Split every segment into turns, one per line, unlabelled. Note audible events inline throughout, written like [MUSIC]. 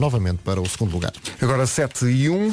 novamente para o segundo lugar.
Agora 7 e 1.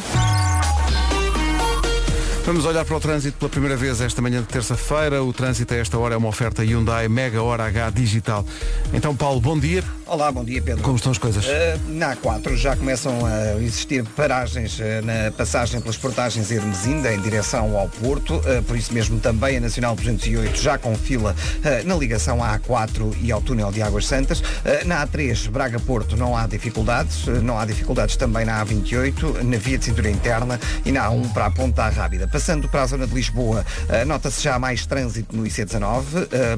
Vamos olhar para o trânsito pela primeira vez esta manhã de terça-feira. O trânsito a esta hora é uma oferta Hyundai Mega Hora H Digital. Então, Paulo, bom dia.
Olá, bom dia Pedro.
Como estão as coisas?
Eh, na A4 já começam a existir paragens eh, na passagem pelas portagens Hermesinda em direção ao Porto, eh, por isso mesmo também a Nacional 208 já com fila eh, na ligação à A4 e ao túnel de Águas Santas. Eh, na A3 Braga-Porto não há dificuldades, eh, não há dificuldades também na A28, na via de cintura interna e na A1 para a Ponta Rábida. Passando para a zona de Lisboa, eh, nota-se já mais trânsito no IC19, eh,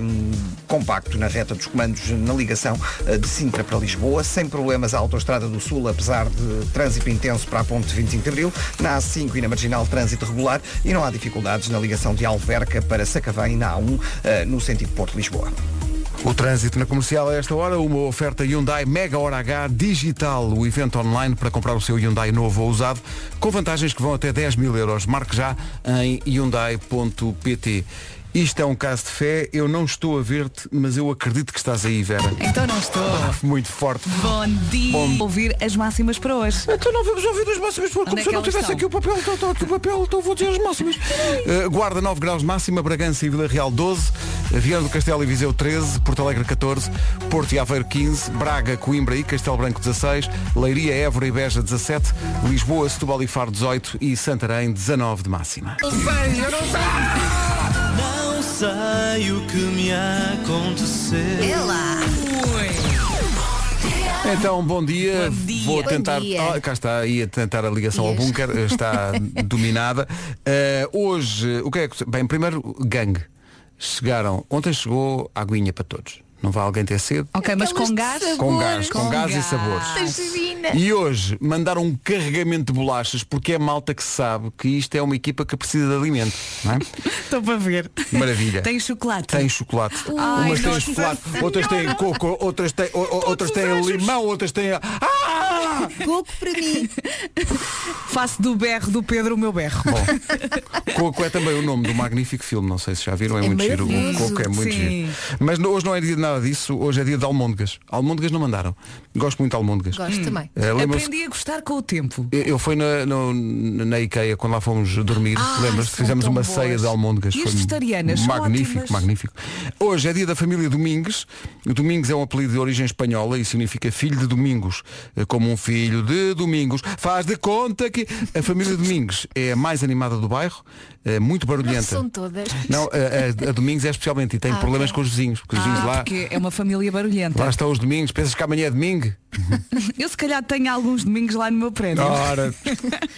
compacto na reta dos comandos na ligação eh, de Sintra para Lisboa, sem problemas à Autostrada do Sul, apesar de trânsito intenso para a ponte 25 de Abril, na A5 e na Marginal trânsito regular e não há dificuldades na ligação de Alverca para Sacavém na A1 eh, no sentido Porto-Lisboa.
O trânsito na comercial a esta hora, uma oferta Hyundai Mega Hora H Digital, o evento online para comprar o seu Hyundai novo ou usado, com vantagens que vão até 10 mil euros. Marque já em Hyundai.pt. Isto é um caso de fé, eu não estou a ver-te, mas eu acredito que estás aí, Vera.
Então não estou.
Muito forte.
Bom dia.
Bom-
Ouvir as máximas para hoje.
Então não vamos ouvir as máximas, porque
Onde
como
é
se eu
que
não
elas
tivesse
estão?
aqui o papel, então, então, aqui o papel, então vou dizer as
[LAUGHS]
máximas. Eh, Guarda 9 graus de máxima, Bragança e Vila Real 12, Viana do Castelo e Viseu 13, Porto Alegre 14, Porto e Aveiro 15, Braga, Coimbra e Castelo Branco 16, Leiria, Évora e Beja 17, Lisboa, Setúbal e Faro 18 e Santarém 19 de máxima.
Não sei o que me aconteceu.
Então, bom dia.
Bom dia.
Vou
Bom
tentar.
dia.
Ah, cá está aí a tentar a ligação ao
Dias.
bunker, eh,
[LAUGHS]
está dominada. Eh, hoje, o que é que. Bem, primeiro, gangue. Chegaram. Ontem chegou a aguinha para todos. Não vai alguém ter sede?
Ok, mas
Aquelas
com
de
[LAUGHS]
gás.
sabor.
Com gás, com,
Com
gás, e
gás.
sabores.
Tangerina.
Ah, E hoje mandaram um carregamento de bolachas porque é malta que sabe que isto é uma equipa que precisa de alimento. Não
[LAUGHS]
é?
Estou para ver.
Maravilha.
Tem chocolate.
Tem chocolate.
Ai,
Umas têm
nossa
chocolate, outras têm coco, outras têm, o- o- outras têm limão, outras têm. Ah!
Pouco para mim.
[LAUGHS] Faço do berro do Pedro o meu berro.
Bom, Coco é também o nome do magnífico filme, não sei se já viram, é, muito giro. O
maravilhoso,
Coco é muito
sim.
giro. Mas no- hoje não é dia de nada disso, hoje é dia de almôndegas. Almôndegas não mandaram. Gosto muito de almôndegas.
Gosto também.
Eh, lembram-se-
Aprendi a gostar com o tempo.
eu eu fui na, no- na IKEA quando lá fomos dormir,
Ah,
lembras-te?
são
Fizemos
tão
uma
boas.
ceia de almôndegas.
E as
Foi
vegetarianas são
Magnífico,
ótimas.
magnífico. Hoje é dia da família Domingues. Domingues é um apelido de origem espanhola e significa filho de Domingos. Eh, Como um filho de Domingos. Faz de conta que a família Domingues é a mais animada do bairro, é muito barulhenta.
Não são todas.
Não, a, a- a Domingos é especialmente e tem problemas com os vizinhos, porque os vizinhos
Ah,
lá.
porque é uma família barulhenta.
Lá estão os domingos, pensas que amanhã é domingo?
Eu se calhar tenho alguns domingos lá no meu prédio.
Ora,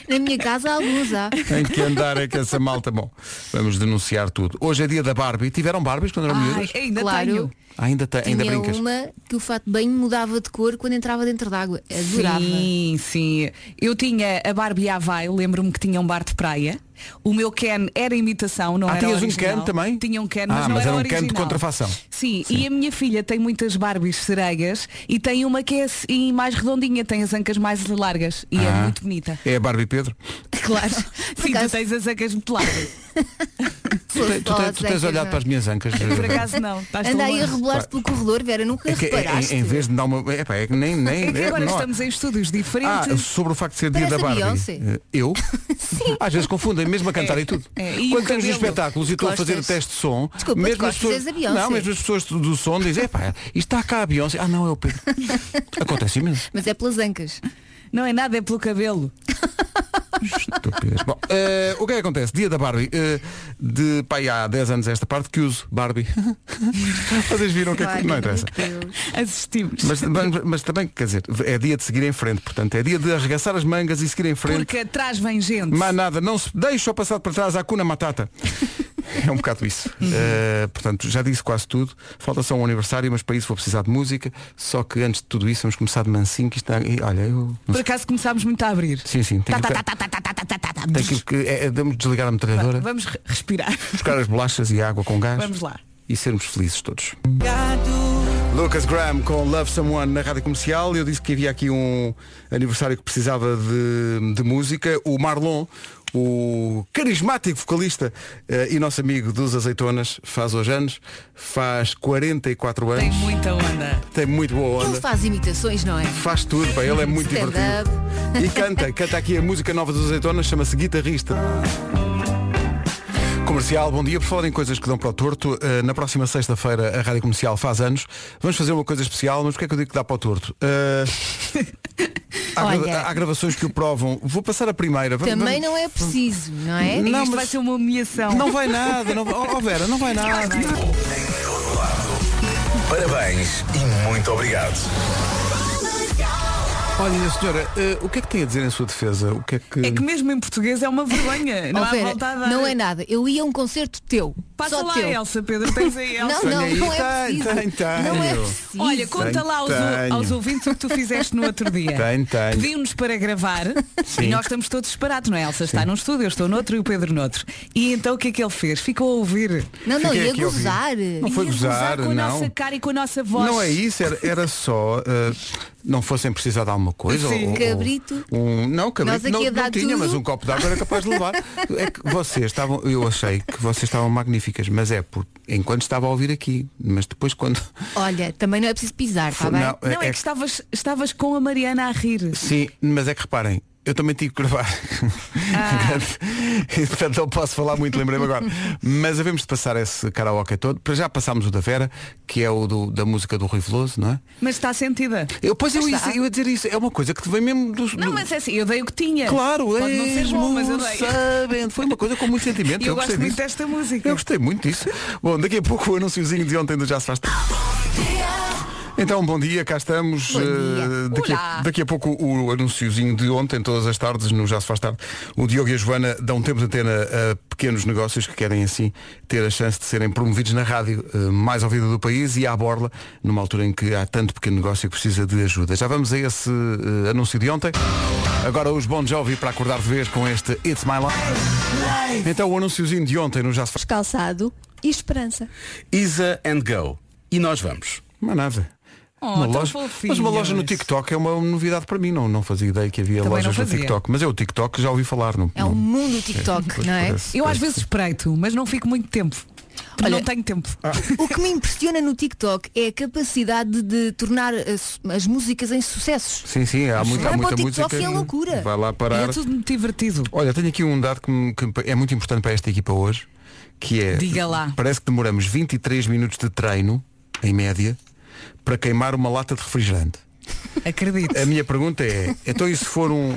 Na minha casa há luz, há.
Em que andar é que essa malta. Bom, vamos denunciar tudo. Hoje é dia da Barbie. Tiveram Barbies quando eram
Ai, um,
miúdas?
ainda
Claro.
tenho.
Ainda, te, [LAUGHS] ainda
Tinha
brincas.
uma que o fato bem mudava de cor quando entrava dentro d'água. Adorava.
Sim, sim. Eu tinha a Barbie Havaí, lembro-me que tinha um bar de praia. O meu Ken era imitação, não
Ah,
era
tinhas um
original.
Ken também?
Tinha um Ken, mas
Ah,
não
mas
era,
era um Ken de
original.
contrafação.
Sim, e a minha filha tem muitas Barbies sereias e tem uma que é assim mais redondinha, tem as ancas mais largas e é
Ah.
muito
[LAUGHS]
bonita.
É a Barbie Pedro?
Claro. sim, tu
acaso-
tens as ancas muito largas.
Se fosse é
Tu, tu- tu
falar de
tens
Zeca,
olhado
não.
para as minhas ancas.
[LAUGHS] Por acaso não. Estás
Anda
tão
aí a
longe.
rebolar-te pelo corredor, Vera, nunca
É que,
reparaste.
em, em vez de dar uma. É, pá, é que nem. nem
É que
é,
agora
não há-
estamos em estúdios diferentes.
Ah, sobre o facto de ser dia da
Parece a
Barbie.
Beyoncé.
Eh, Eu? Às vezes confundem, mesmo a cantar
É,
e tudo.
é, e o
Quando temos os
cabelo?
espetáculos e estou a
Costas.
fazer o teste de som,
Desculpa, de
mesmo as
costas
pessoas,
és a Beyoncé.
não, mesmo as pessoas do do som dizem, epá, isto está cá a Beyoncé. Ah, não, é o Pedro. Acontece imenso.
Mas é pelas ancas.
Não é nada, é pelo cabelo.
Estupidez. Bom, eh, o que é que acontece? Dia da Barbie. eh, de pai há 10 anos a esta parte que uso Barbie. Vocês viram o que é que. Não interessa.
Assistimos.
Mas, mas- mas também, quer dizer, é dia de seguir em frente, portanto, é dia de arregaçar as mangas e seguir em frente.
Porque atrás vem gente.
Mas nada, não se deixa o passado para trás a cuna matata. É um bocado isso. Eh, portanto, já disse quase tudo. Falta só um aniversário, mas para isso vou precisar de música. Só que antes de tudo isso, vamos começar de mansinho. Que isto está... e, Olha, eu. não
Por Tá,
sei.
acaso começámos muito a abrir.
Sim, sim. Tem que, Então,
tá,
tem que, é, é, vamos desligar a metralhadora,
Vamos re- respirar.
buscar as bolachas e a água com gás.
Vamos lá.
E sermos felizes todos. Lucas Graham com Love Someone na rádio comercial. Eu disse que havia aqui um aniversário que precisava de, de música. O Marlon, o carismático vocalista eh, e nosso amigo dos Azeitonas, faz hoje anos, faz 44 anos,
[LAUGHS] Tem
tem,
muita onda.
muito boa
Ele
onda.
faz imitações, não é?
Faz tudo, pá, ele é muito
Stand
divertido. E canta, canta aqui a música nova dos Azeitonas, chama-se Guitarrista. Comercial, bom dia. Por falar em coisas que dão para o torto, eh, na próxima sexta-feira a Rádio Comercial faz anos. Vamos fazer uma coisa especial, mas porquê é que eu digo que dá para o torto? Eh, há, gra-
Olha.
há gravações que o provam. Vou passar a primeira. Vamos-
Também
vamos-
não é preciso, não é?
Isto
Não,
vai
mas
ser uma humilhação.
não vai nada. Não... vai- Oh, Vera,
[LAUGHS]
não vai nada.
Parabéns e muito obrigado.
Olha, senhora, eh, o que é que tem a dizer em sua defesa? O que é que...
É que mesmo em português é
[LAUGHS]
uma vergonha. Não
Oh,
há
Vera,
volta a dar.
não é nada. Eu ia a um concerto teu.
Passa
só
lá,
teu.
Elsa, Pedro, tens aí
[LAUGHS]
Elsa.
Não,
Tenho
não,
aí.
não é
Tenho,
preciso.
tenho, tenho.
Não é preciso.
Olha, conta lá aos,
tenho.
aos ouvintes o que tu fizeste no outro dia.
Tenho, tenho.
Pediu-nos para gravar
[LAUGHS]
e nós estamos todos separados, não é? Elsa está num estúdio, eu estou noutro e o Pedro noutro. E então o que é que ele fez? Ficou a ouvir.
não, não,
Fiquei
ia
aqui a ouvir.
gozar.
Não foi
Ia gozar
gozar,
com a
não.
nossa cara e com a nossa voz.
Não é isso, era, era só eh, não fossem precisar de alguma coisa.
Sim.
ou- ou-
Cabrito.
um- não, cabrito
Nós aqui
não,
a
não
dar
tinha,
tudo.
mas um copo de água era capaz de
[LAUGHS]
levar. É que vocês estavam, eu achei que vocês estavam magníficas, mas é por, enquanto estava a ouvir aqui, mas depois quando.
Olha, também não é preciso pisar, está bem?
Não,
Não, é, que estavas, estavas com a Mariana a rir.
Sim, [LAUGHS] mas é que reparem, eu também tive que gravar.
Ah.
E, [LAUGHS] Portanto, não posso falar muito, lembrei-me agora. Mas havemos de passar esse karaoke todo. Para já passámos o da Vera, que é o do- da música do Rui Veloso, não é?
Mas está sentida.
Eu, pois eu,
está.
ia- eu ia dizer isso, é uma coisa que te vem mesmo dos.
Não,
do-
mas é assim, eu dei o que tinha.
Claro, é
Pode não ser bom,
eles
mas eu
não
dei.
sabem. Foi uma coisa com muito sentimento.
E
eu
eu gosto
gostei
muito
disso.
desta música.
Eu gostei muito disso. Bom, daqui a pouco o anúnciozinho de ontem do Já se faz. Tarde. Então, bom dia, cá estamos.
Bom dia.
Eh, daqui, a,
Olá.
daqui a pouco o anunciozinho de ontem, todas as tardes, no Já se faz tarde. O Diogo e a Joana dão tempo de antena a pequenos negócios que querem assim ter a chance de serem promovidos na rádio eh, mais ouvida do país e à borla, numa altura em que há tanto pequeno negócio que precisa de ajuda. Já vamos a esse eh, anúncio de ontem. Agora os Bon Jovi para acordar de vez com este It's My Life. Então o anunciozinho de ontem no Já se faz
Calçado e esperança.
Isa and Go. E nós vamos.
Não é nada.
Oh,
Uma
tão
loja- mas uma
fofinhos.
loja no TikTok é uma novidade para mim, não, não fazia ideia que havia
Também não
lojas no
fazia. um
TikTok. Mas é o TikTok, já ouvi falar. Não,
É o
não-
mundo TikTok,
pois
não é?
parece,
Eu às
parece.
vezes espreito, mas não fico muito tempo. Porque
Olha-
não tenho tempo.
ah,
é
O que me impressiona no TikTok é a capacidade de tornar as, as músicas em sucessos.
Sim, sim, há muita,
Vai
há
para
muita
o TikTok
música.
é loucura.
Vai lá
E
parar.
é tudo muito divertido.
Olha, tenho aqui um dado que, me- que é muito importante para esta equipa hoje, que é.
Diga lá.
Parece que demoramos 23 minutos de treino, em média, para queimar uma lata de refrigerante.
Acredito.
A minha pergunta é, então e se for um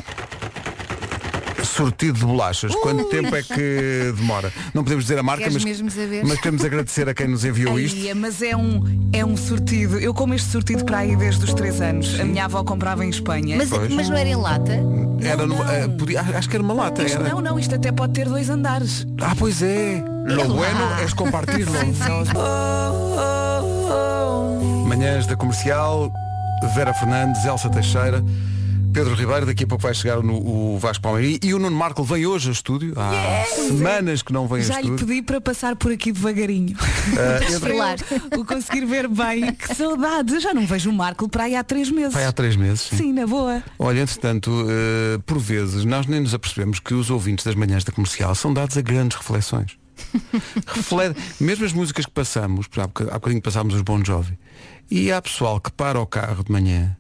sortido de bolachas, quanto tempo é que demora? Não podemos dizer a marca,
Queres
mas,
mesmo saber?
mas queremos agradecer a quem nos enviou
Ai,
isto.
mas é um, é um sortido. Eu como este sortido para aí desde os 3 anos. A minha avó comprava em Espanha.
Mas,
Pois.
mas não era em lata?
Era numa- ah, podia- acho que era uma lata.
é Isto
era.
não, é não, isto até pode ter dois andares.
Ah, pois é. Lo bueno es compartirlo. Oh, Manhãs da Comercial, Vera Fernandes, Elsa Teixeira, Pedro Ribeiro, daqui a pouco vai chegar no, o Vasco Palmeirim e o Nuno Marco vem hoje ao estúdio. Há semanas que não vem
Já
ao
lhe
estúdio.
pedi para passar por aqui devagarinho.
Ah,
Para
Esfrelar.
eu o conseguir ver bem. Que saudades. Eu já não vejo o Marco para aí há três meses.
Vai há três meses. Sim.
Sim, na boa.
Olha, entretanto, eh, por vezes nós nem nos apercebemos que os ouvintes das manhãs da comercial são dados a grandes reflexões. Reflete, mesmo as músicas que passamos, por há boca- há bocadinho passámos os Bon Jovi, e há pessoal que para o carro de manhã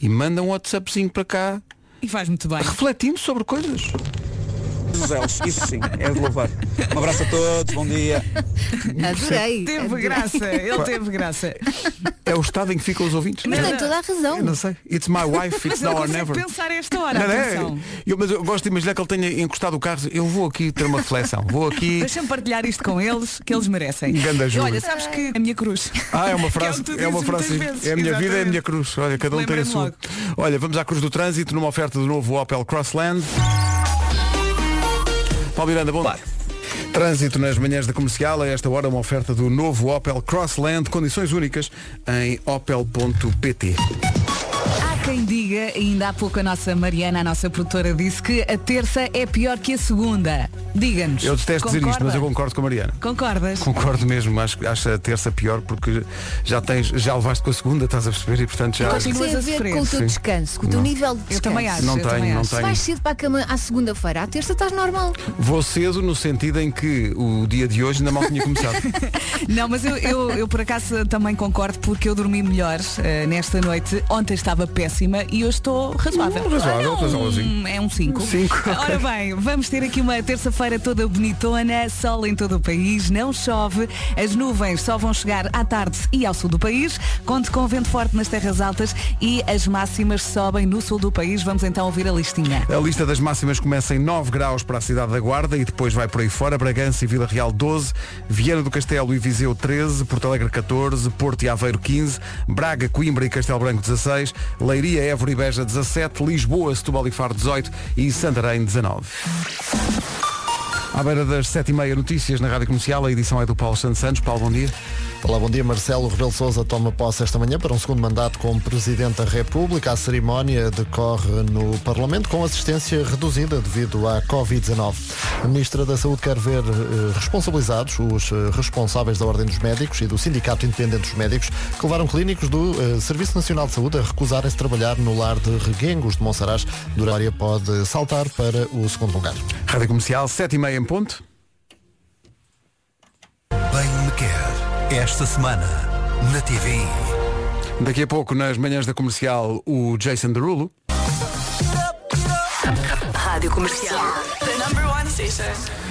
e manda um WhatsAppzinho para cá,
E faz muito bem.
refletindo sobre coisas.
Isso sim, é de louvar. Um abraço a todos, bom dia.
Adorei.
Teve
adorei.
graça. Ele teve graça.
É o estado em que ficam os ouvintes.
Mas
É-
tem toda a razão.
Eu não sei. It's my wife, it's
Mas eu
now
[LAUGHS] não
or
consigo
never.
pensar a esta hora.
Não, não é?
atenção.
eu, mas eu gosto de imaginar que ele tenha encostado o carro. Eu vou aqui ter uma reflexão. Vou
[LAUGHS]
aqui.
Deixa-me partilhar isto com eles, que eles merecem.
Um Grande ajuda.
Olha, sabes que a minha cruz.
Ah, é uma
Que
frase,
o que tu
é uma
dizes
frase,
muitas vezes.
é a minha vida, é a
Exatamente.
minha cruz. Olha, cada um tem a
Lembrei-me
sua.
logo.
Olha, vamos à cruz do trânsito numa oferta do novo Opel Crossland. Paulo Miranda, bom dia. Trânsito nas manhãs da comercial, a esta hora uma oferta do novo Opel Crossland, condições únicas em opel.pt.
Há
quem diga, ainda há pouco a nossa Mariana, a nossa produtora, disse que a terça é pior que a segunda. Diga-nos.
Eu detesto dizer isto,
Concorda?
mas eu concordo com a Mariana.
Concordas?
Concordo mesmo, acho, acho a terça pior porque já tens, já levaste com a segunda, estás a perceber e portanto já.
Continuas
Tem a
a
ver
sofrer.
com o teu
Sim.
descanso, com o teu
Não.
nível de descanso.
Eu também acho.
Não
eu também
tenho, não
acho.
Se
tenho.
vais cedo para a cama à segunda-feira, à terça estás normal.
Vou cedo no sentido em que o dia de hoje ainda mal tinha começado.
Não, mas eu, eu, eu por acaso também concordo porque eu dormi melhor eh, nesta noite. Ontem estava péssima e hoje estou razoável.
Hum, razoável,
Olha, um-
razoávelzinho.
É um 5.
Cinco, ok.
Ora bem, vamos ter aqui uma terça-feira toda bonitona, sol em todo o país, não chove, as nuvens só vão chegar à tarde e ao sul do país, conte com vento forte nas terras altas e as máximas sobem no sul do país. Vamos então ouvir a listinha.
A lista das máximas começa em 9 graus para a cidade da Guarda e depois vai por aí fora. Bragança e Vila Real 12, Viana do Castelo e Viseu 13, Porto Alegre 14, Porto e Aveiro 15, Braga, Coimbra e Castelo Branco 16, Leiria, Évora e Beja 17, Lisboa, Setúbal e Faro 18 e Santarém 19. À beira das 7h30 notícias na Rádio Comercial, a edição é do Paulo Santos Santos. Paulo, bom dia.
Olá, bom dia. Marcelo Rebelo Sousa toma posse esta manhã para um segundo mandato como Presidente da República. A cerimónia decorre no Parlamento com assistência reduzida devido à Covid-19. A Ministra da Saúde quer ver eh, responsabilizados os eh, responsáveis da Ordem dos Médicos e do Sindicato Independente dos Médicos que levaram clínicos do eh, Serviço Nacional de Saúde a recusarem-se trabalhar no lar de Reguengos de Monsaraz. Durária pode saltar para o segundo lugar.
Rádio Comercial, 7h30 em ponto.
Bem me quer. Esta semana, na TV.
Daqui a pouco, nas manhãs da comercial, o Jason Derulo.
Rádio Comercial. The number one station.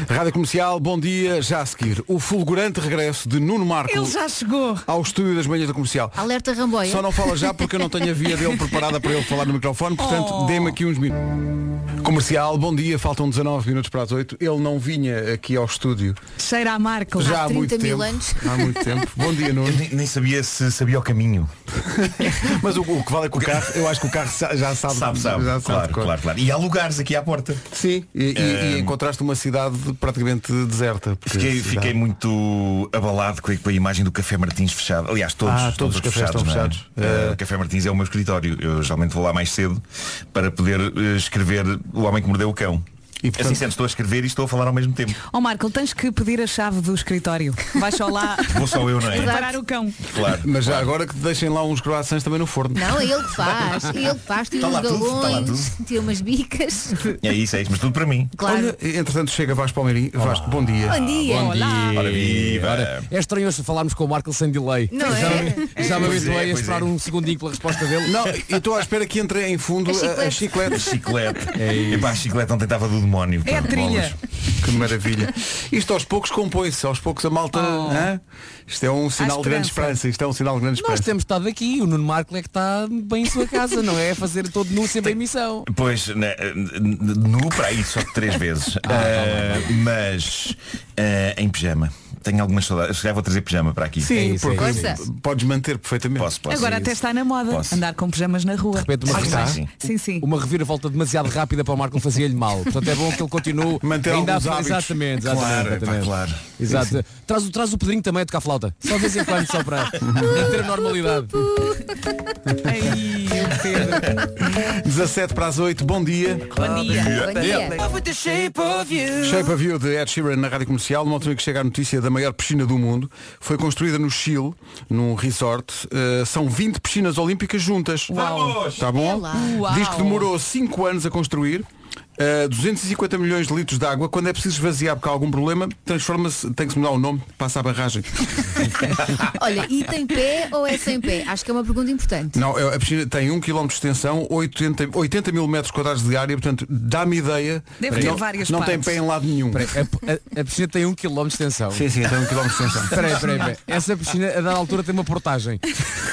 Rádio Comercial, bom dia. Já a seguir, o fulgurante regresso de Nuno Marco
Ele já chegou.
ao estúdio das manhãs da comercial.
Alerta Ramboia.
Só não fala já porque eu não tenho a via dele preparada para ele falar no microfone, portanto, dê-me aqui uns minutos. Comercial, bom dia, faltam 19 minutos para as 8. Ele não vinha aqui ao estúdio
Cheira a Marco.
já há,
30
muito
mil
tempo.
anos.
Há muito tempo. Bom dia,
Eu
Nuno.
nem, nem sabia se sabia o caminho.
Mas o, o que vale é que o carro, eu acho que o carro sa- já sabe.
Sabe, sabe.
já
claro,
de cor.
claro, claro. E há lugares aqui à porta.
Sim, e, e- e encontraste uma cidade praticamente deserta. porque a
Fiquei,
cidade-
fiquei muito abalado com a, com a imagem do Café Martins fechado. Aliás, todos,
Ah, todos os cafés estão
não é?
fechados.
Eh, O Café Martins é o meu escritório. Eu geralmente vou lá mais cedo para poder eh, escrever O Homem que Mordeu o Cão.
E, portanto-
Assim sendo, estou a escrever e estou a falar ao mesmo tempo.
Ó Marco, Oh, tens que pedir a chave do escritório. Vai só lá
Vou só eu, não é?
preparar o cão.
Claro.
Mas já agora que te deixem lá uns croissants também no forno.
Não, é ele que faz. É ele que faz. Tira
Tá
uns
lá tudo, tá lá
galões, [LAUGHS] tira umas bicas.
É isso, é isso. Mas tudo para mim.
Claro.
Olha, entretanto chega Vasco Palmeirim. Vasco, bom dia.
Bom dia.
Olá.
Ora viva.
É estranho falarmos com o Marco sem delay.
Não é?
Já me
Pois é, habituei a pois esperar é.
um segundinho pela resposta dele.
Não, eu estou à espera que entre em fundo
As
a- as
A [LAUGHS]
chicletes.
chiclete.
É
Epá, a chiclete ontem estava do demónio.
É a
pá,
trilha.
bolas.
Que maravilha. Isto aos poucos compõe-se, aos poucos a malta.
Oh.
hã? Isto é um sinal de grande
esperança.
esperança. Isto é um sinal de grande
Nós
esperança.
temos estado aqui, o Nuno Marco é que está bem em sua casa, não é? A fazer todo nu sempre em missão.
Pois, né, nu para aí só três
[LAUGHS]
vezes. Ah, mas ah, em pijama. Tenho algumas saudades. Se calhar vou trazer pijama para aqui.
Sim,
isso, é
porque
isso, é isso.
podes manter perfeitamente.
Posso, posso.
Agora até está na moda
Posso.
andar com pijamas na rua.
repente uma
Ah,
coisa-
sim,
Sim,
sim. sim.
Uma reviravolta demasiado rápida para o Marco fazia-lhe mal. Portanto, é bom que ele continue
Manter
ainda
alguns
a
hábitos.
Exatamente, exatamente.
Claro,
exatamente.
pá, claro.
Exato. Traz, o- traz o Pedrinho também a tocar flauta. Só de vez em quando, só para manter a normalidade.
Ai, o Pedro.
17 para as 8, bom dia.
Bom dia.
Bom dia.
Shape of You de Ed Sheeran na rádio comercial. Numa altura em que chega a notícia da maior piscina do mundo. Foi construída no Chile, num resort. Eh, são 20 piscinas olímpicas juntas.
Vamos!
Está bom?
Uau.
Diz que demorou 5 anos a construir. eh, 250 milhões de litros de água, quando é preciso esvaziar porque há algum problema, transforma-se, tem que se mudar o nome, passa a barragem.
Olha, e tem pé ou é sem pé? Acho que é uma pergunta importante.
Não, é- a piscina tem 1 km de extensão, 80, 80 mil metros quadrados de área, portanto, dá-me ideia.
Deve ter
não,
várias
Não tem
partes.
pé em lado nenhum.
Espera aí, A, a- a piscina tem 1 km de extensão.
Sim, sim, tem 1 km de extensão.
Espera aí, espera aí, espera aí. Essa piscina a dada altura tem uma portagem.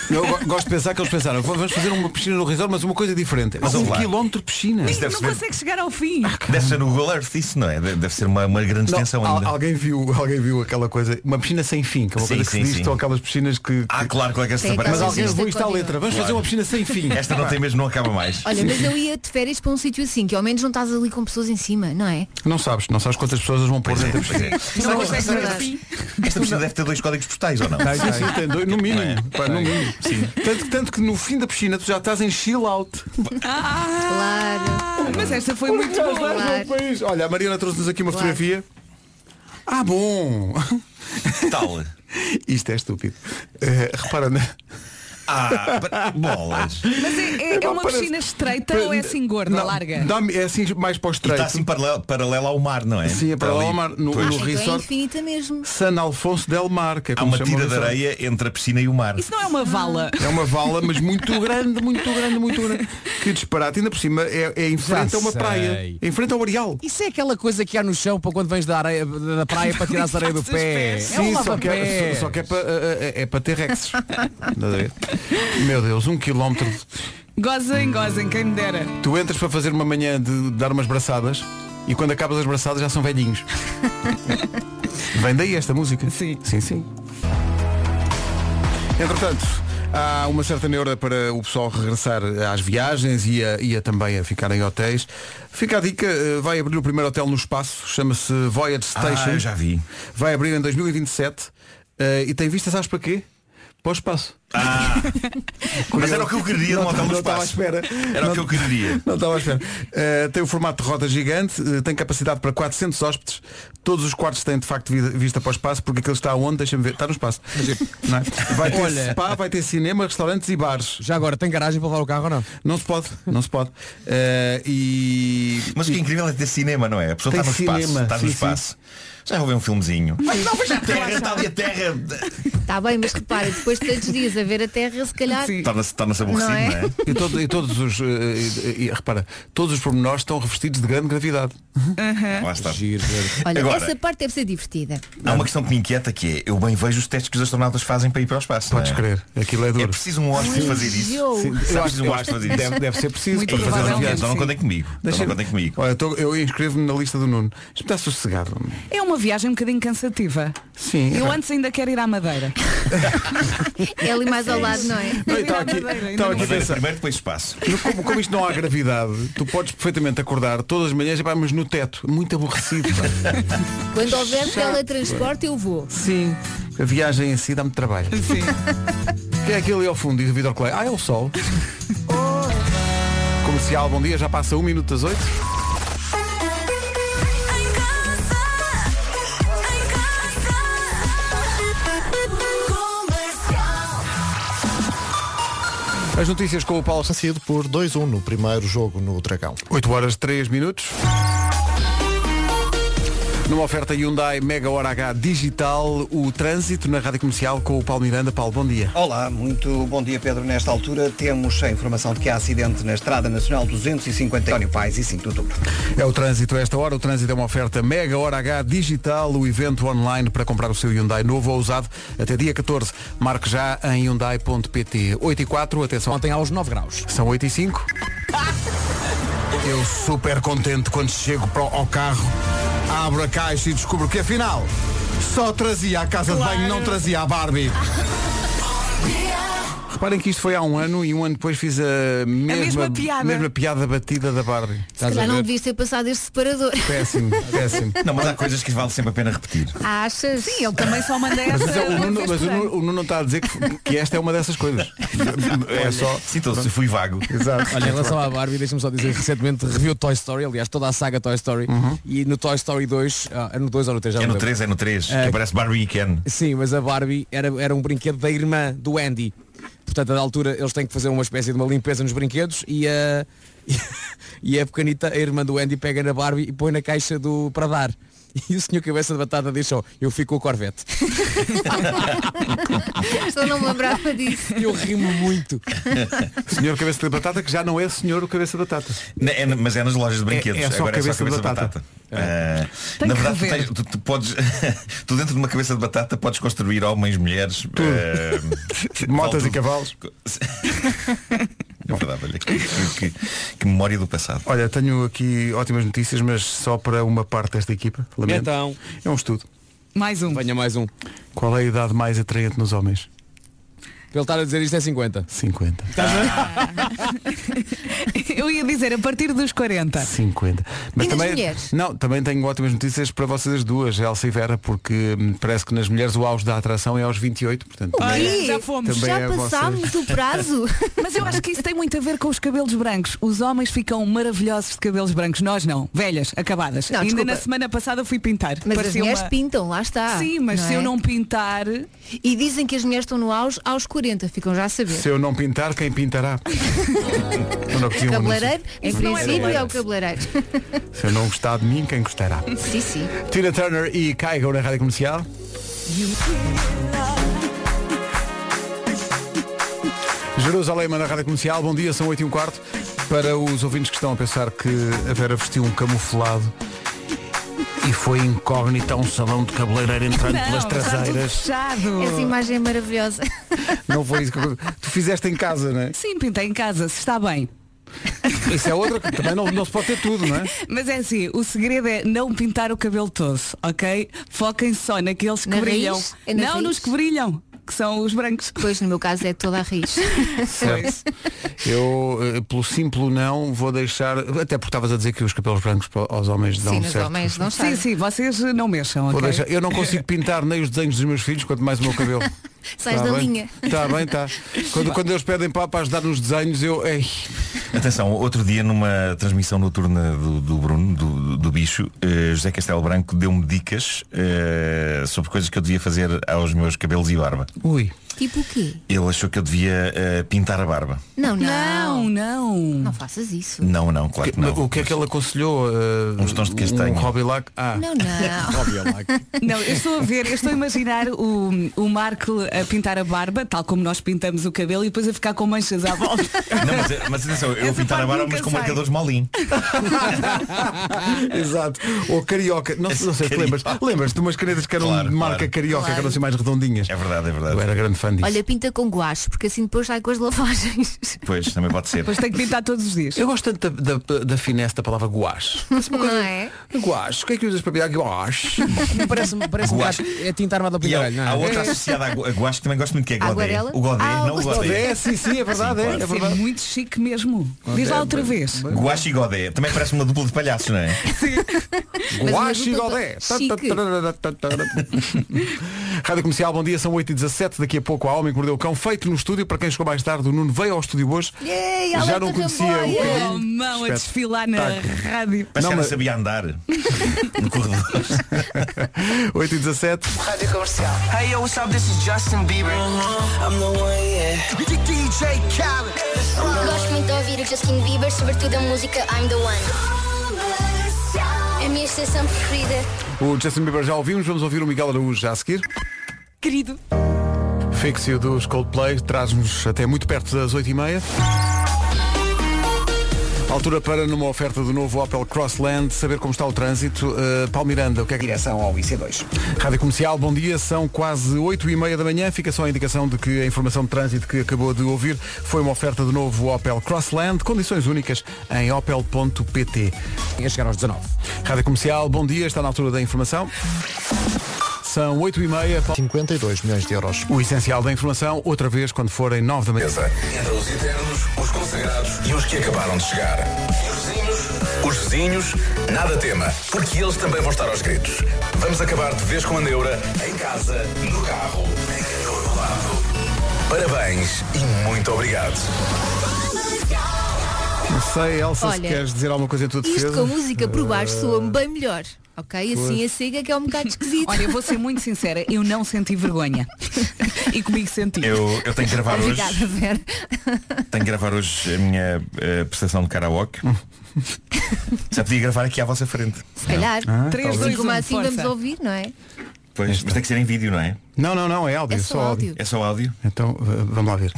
Eu go- gosto de pensar que eles pensaram, "Vá- vamos é fazer uma piscina no resort, mas uma coisa diferente. Mas um
vamos lá.
quilómetro de piscina.
Isto deve
Não
ser
consegue chegar ao fim.
Ah,
Deve ser o Google Earth isso, não é? De- Deve ser uma, uma grande
Não,
extensão
al-
ainda.
alguém, viu, alguém viu aquela coisa, uma piscina sem fim, que é uma
Sim,
coisa que
sim,
se diz,
sim.
estão aquelas piscinas que.
Ah, claro, claro que essa
Tem
parece-
Mas
aquelas
alguém
piscinas
levou
de
isto à
código.
letra, vamos
Claro.
fazer uma piscina sem fim.
Esta não tem mesmo, não acaba mais.
Olha, mas eu ia de férias para um sítio assim, que ao menos não estás ali com pessoas em cima, não é?
Não sabes, não sabes quantas pessoas as vão pôr
Pois é,
dentro da
pois é.
piscina.
Será que
mas
esta-
é
esta-
verdade.
Esta piscina deve ter dois códigos postais ou não?
Tem, tem, tem dois, no mínimo,
Não Tá, é?
pá, no mínimo. Tanto, tanto que no fim da piscina tu já estás em chill out.
Ah.
Claro.
Mas esta foi muito boa.
Claro.
Pois, olha, a Mariana trouxe-nos aqui uma
Claro.
fotografia. Ah, bom! [LAUGHS]
Tal.
Isto é estúpido. Eh, repara, na-
Ah, pa- bolas.
Tá
Mas é, é- é
Epá,
uma
parece-
piscina estreita ou é assim gorda,
Não,
larga?
dá-me- é assim mais para o
E
estreito.
está assim paralelo, paralelo ao mar, não é?
Sim, é
Está
paralelo
ali.
ao mar, no-
Pois.
no-
Então é
resort-
infinita mesmo.
San Alfonso del Mar, que é
Há
como
uma
chama o
tira de
resort.
areia entre a piscina e o mar.
Isso não é uma vala.
É uma vala, mas muito grande, muito grande, muito grande. Que disparate. Ainda por cima é, é em frente
Já
a uma
sei.
praia. É em frente ao areal.
Isso é aquela coisa que há no chão para quando vens da, areia, da praia para tirar a areia do pé. é um
Sim, só que, é,
lavapés.
só que é para é, é para ter
[LAUGHS]
rexes. Nada a ver. Meu Deus, um quilómetro.
Gozem, gozem, quem me dera.
Tu entras para fazer uma manhã de dar umas braçadas e quando acabas as braçadas já são
[LAUGHS]
velhinhos. Vem daí esta música. Sim. Sim, sim. Entretanto, há uma certa neura para o pessoal regressar às viagens e a, e a também a ficar em hotéis. Fica a dica, eh, vai abrir o primeiro hotel no espaço, chama-se Voyage Station.
Ah, eu já vi.
Vai abrir em 2027 eh, e tem vistas, sabes para quê? Para o espaço.
Ah, É Mas era o que eu queria de um hotel no
não estava à
espaço.
espera.
Era o que eu queria.
Não estava à espera. Eh, tem o formato de roda gigante, eh, tem capacidade para 400 hóspedes. Todos os quartos têm de facto vida- vista para o espaço, porque aquilo está onde? Deixa-me ver. Está no espaço. Não é? Vai ter
Olha.
spa, vai ter cinema, restaurantes e bares.
Já agora, tem garagem para levar o carro ou não?
Não se pode, não se pode. Eh, e.
Mas o que é incrível é ter cinema, não é? A pessoa
Tem
está no espaço.
cinema,
Está
sim,
no
sim.
espaço. Já vou ver um filmezinho. Mas não, veja a terra, está ali a terra.
Está Tá bem, mas repara, depois de tantos dias a ver a Terra, se calhar.
Torna-se torna aborrecido, não
Não é?
é?
E, todo- e todos os. eh, e- e- repara, todos os pormenores estão revestidos de grande gravidade.
é? Lá está.
Giro, giro.
Olha,
Agora-
essa parte deve ser divertida.
Há uma questão que me inquieta que é, eu bem vejo os testes que os astronautas fazem para ir para o espaço.
[LAUGHS] Podes
não é?
crer, aquilo é duro.
É preciso um hóspede fazer isso.
Sim,
Sabes que preciso um hóspede fazer isso.
Deve, deve ser preciso
Muito
para fazer uma
Fazer
provavelmente.
viagem.
uma viagem, Então, Não
Então
sim.
contem comigo. Não
Deixa-me-
contem comigo.
Olha, eu tô- eu inscrevo-me na lista do Nuno. Isto está sossegado. homem.
É uma viagem um bocadinho cansativa.
Sim. é.
Eu antes ainda quero ir à Madeira.
É ali mais ao lado, não é?
Não, e tá aqui,
Ainda
tá aqui
não
a
Madeira
pensar.
primeiro, depois espaço.
No- Como, como isto não há gravidade, tu podes perfeitamente acordar todas as manhãs, pá, mas no teto, muito aborrecido. pá.
Quando houver teletransporte, eu vou.
Sim. A viagem em si dá-me trabalho.
Sim.
O que é aquilo ali ao fundo? Diz o Vitor Clay. Ah, é o sol. Comercial, bom dia, já passa um minuto das oito.
Em casa, em casa. Comercial.
As notícias com o Paulo Santos.
Vencido por 2-1 no primeiro jogo no Dragão.
8 horas 3 minutos. Numa oferta Hyundai Mega Hora H Digital, o trânsito na Rádio Comercial com o Paulo Miranda. Paulo, bom dia.
Olá, muito bom dia Pedro. Nesta altura temos a informação de que há acidente na Estrada Nacional 250 António Pais e 5 de Outubro.
É o trânsito a esta hora. O trânsito é uma oferta Mega Hora H Digital, o evento online para comprar o seu Hyundai novo ou usado até dia 14. Marque já em Hyundai.pt. 8 e 4, atenção.
Ontem aos 9 graus.
São 8 e 5. Eu super contente quando chego para o- ao carro, abro a caixa e descubro que afinal só trazia a casa de banho, não trazia a Barbie. Reparem que isto foi há um ano e um ano depois fiz a mesma,
mesma piada.
mesma piada batida da Barbie.
Se
a
calhar não
ver?
devias ter passado este separador.
Péssimo, péssimo.
Não, mas há coisas que vale sempre a pena repetir.
Achas?
Sim, ele também só manda essa.
Mas, é o,
é uma
Nuno,
vez
mas
por
o
ano.
Nuno- o Nuno não está a dizer que, que esta é uma dessas coisas.
[LAUGHS]
É só.
Sinto-se, fui vago.
Exato.
Olha, em relação à Barbie, deixa-me só dizer, recentemente reviu Toy Story, aliás, toda a saga Toy Story, e no Toy Story 2, ah, é no 2 ou no 3, já
Uhum. É no
não lembro.
3, é no 3,
É.
que aparece Barbie e Ken.
Sim, mas a Barbie era, era um brinquedo da irmã do Andy. Portanto, a da altura eles têm que fazer uma espécie de uma limpeza nos brinquedos e a, [LAUGHS] e a pequenita, a irmã do Andy, pega na Barbie e põe na caixa do para dar. E o senhor cabeça de batata diz só, eu fico com o Corvette.
Só não me lembrava disso.
Eu rimo muito.
Senhor Cabeça de Batata, que já não é senhor o Cabeça de Batata.
Na-
Né,
é na- mas é nas lojas de brinquedos.
É- é só
Agora é só
cabeça de
cabeça de
batata. É.
batata.
Eh,
Ah,
Tem
na
que
verdade, tu,
rever.
tens- tu- tu
[LAUGHS]
podes. tu dentro de uma cabeça de batata podes
eh,
construir homens, mulheres, ah,
[LAUGHS] Motas
vale
e cavalos.
tudo.
[LAUGHS] É verdade, olha. Que, que- que memória do passado.
Olha, tenho aqui ótimas notícias, mas só para uma parte desta equipa. Lamento.
Então.
É um estudo.
Mais um.
Venha mais um.
Qual é a idade mais atraente nos homens?
Pelo estar a dizer isto é 50.
50.
[LAUGHS] Eu ia dizer a partir dos 40.
50. Mas
E nas
também,
mulheres?
não, também tenho ótimas notícias para vocês as duas, Elsa e Vera, porque hum, parece que nas mulheres o auge da atração é aos 28, portanto.
Ah.
também-
Ih, já fomos.
também é vocês.
Mas eu acho que isso tem muito a ver com os cabelos brancos. Os homens ficam maravilhosos de cabelos brancos. Nós não. Velhas, acabadas.
Não,
Ainda
desculpa.
na semana passada fui pintar.
Mas as
Parecia
mulheres
uma-
pintam, é? lá está.
Sim, mas se eu não pintar.
E dizem que as mulheres estão no auge aos 40, ficam já a saber.
Se eu não pintar, quem
[LAUGHS]
pintará? Eu não pedi um
Cabeleireiro,
anúncio.
em
Isso não é
princípio é o
cabeleireiro.
cabeleireiro.
Se eu não gostar de mim, quem gostará?
sim, sim.
Tina Turner e Caigo na Rádio Comercial. Jerusalém na Rádio Comercial, bom dia, são 8 e um quarto. Para os ouvintes que estão a pensar que a Vera vestiu um camuflado e foi incógnita a um salão de cabeleireiro entrando pelas traseiras.
Oh.
Essa
assim,
imagem é maravilhosa.
Não foi isso que eu... Tu fizeste em casa, não é?
Sim, pintei em casa, se está bem.
Isso é outra, que também não, não se pode ter tudo, não é?
Mas é assim, o segredo é não pintar o cabelo todo, ok? Foquem só naqueles que
Na
brilham.
raiz? É na
não
raiz?
nos que brilham, que são os brancos.
Pois no meu caso é toda a raiz.
Certo. Eu, eh, pelo simples não, vou deixar. Até porque estavas a dizer que os cabelos brancos para- aos homens dão
Sim,
certo.
Sim, sim, vocês eh, não mexam,
Vou
ok?
deixar. Eu não consigo pintar nem os desenhos dos meus filhos, quanto mais o meu
[LAUGHS]
cabelo.
Sais da linha.
Está Tá bem, está. Quando, quando eles pedem para, para ajudar nos desenhos, eu. Ei.
Atenção, outro dia numa transmissão noturna do, do Bruno, do, do bicho, eh, José Castelo Branco deu-me dicas eh, sobre coisas que eu devia fazer aos meus cabelos e barba.
Ui.
Tipo o quê?
Ele achou que eu devia eh, pintar a barba.
Não, não.
Não, não.
Não faças isso.
Não, não, claro que não.
O que é que ele aconselhou? eh,
Uns tons de castanho.
Um hobby lac. Ah.
Não, não.
Não, eu estou a ver, eu estou a imaginar o, o Marco a pintar a barba, tal como nós pintamos o cabelo, e depois a ficar com manchas à volta.
Não, mas, é- mas atenção, eu
Essa
pintar a
parte
barba,
nunca
mas com
sai.
marcadores molinho.
[LAUGHS] Exato. Ou carioca. Não, sei- não sei se te lembras. Lembras de umas canetas que eram de marca carioca, que eram assim mais redondinhas.
É verdade, é verdade.
Eu era grande fã disso.
Olha, pinta com guache, porque assim depois sai com as lavagens.
Pois, também pode ser.
Depois tem que pintar todos os dias.
Eu gosto tanto da, da, da finesse da palavra
[LAUGHS]
guache.
Não é?
Guache, o que é que usas para virar guache?
Parece-me parece
Guache.
é tinta armada ao
E há,
pintarelho, não é?
há outra associada à gu- a guache que também gosto muito que é
À
Godé.
aguarela?
O Godé,
Ah,
não o
o
Godé.
Godé, sim, sim, é verdade, é,
claro.
é
Isso
verdade.
muito chique mesmo. Diz lá outra vez.
Guache e Godé. Também parece uma dupla de palhaços, não é?
Mas uma
Guache e
dupla-
Godé.
Chique.
Rádio Comercial, bom dia, são 8h17, daqui a pouco a Homem que Mordeu o Cão, feito no estúdio, para quem chegou mais tarde, o Nuno veio ao estúdio hoje.
Yay,
Já
alerta
não conhecia o
Ramboia.
caminho.
Oh, mão a
Espetáculo.
desfilar na rádio.
Mas
Não,
não,
mas-
sabia andar no corredor.
8h17.
Rádio Comercial. Hey yo, what's up? This is Justin Bieber. Uh-huh. I'm the one, yeah. DJ Khaled.
Gosto muito de ouvir o Justin Bieber, sobretudo a música I'm the One. É a minha estação preferida.
O Justin Bieber já ouvimos, vamos ouvir o Miguel Araújo já a seguir.
Querido.
Fixio dos Coldplay traz-nos até muito perto das 8h30. Altura para, numa oferta do novo Opel Crossland, saber como está o trânsito. Uh, Paulo Miranda, o que é que...
Direção ao IC2.
Rádio Comercial, bom dia, são quase 8 e meia da manhã, fica só a indicação de que a informação de trânsito que acabou de ouvir foi uma oferta do novo Opel Crossland, condições únicas em opel.pt.
Ia chegar aos 19.
Rádio Comercial, bom dia, está na altura da informação. São 8 e meia.
52 milhões de euros.
O essencial da informação, outra vez, quando forem 9 da manhã.
Entre os eternos, os consagrados e os que acabaram de chegar. E os vizinhos? Os vizinhos, nada tema, porque eles também vão estar aos gritos. Vamos acabar de vez com a neura, em casa, no carro, em todo lado. Parabéns e muito obrigado.
Não sei, Elsa, se
Olha,
queres dizer alguma coisa em tua defesa.
Isto com a música por baixo
Eh,
soa-me bem melhor. Ok? Assim
pois.
a cega que é um bocado esquisito.
Olha, eu vou ser muito sincera, eu não senti vergonha. E comigo senti.
Eu, eu tenho que gravar hoje.
Obrigada, Vera.
Tenho que gravar hoje a minha eh, prestação de karaoke. Já podia gravar aqui à vossa frente.
Se calhar.
Ah,
Três,
talvez.
dois, um, Como assim
força.
vamos ouvir, não é?
Pois, mas tem que ser em vídeo, não é?
Não, não, não, é áudio,
É
é
só
só áudio.
É só áudio.
Então, eh, vamos lá ver.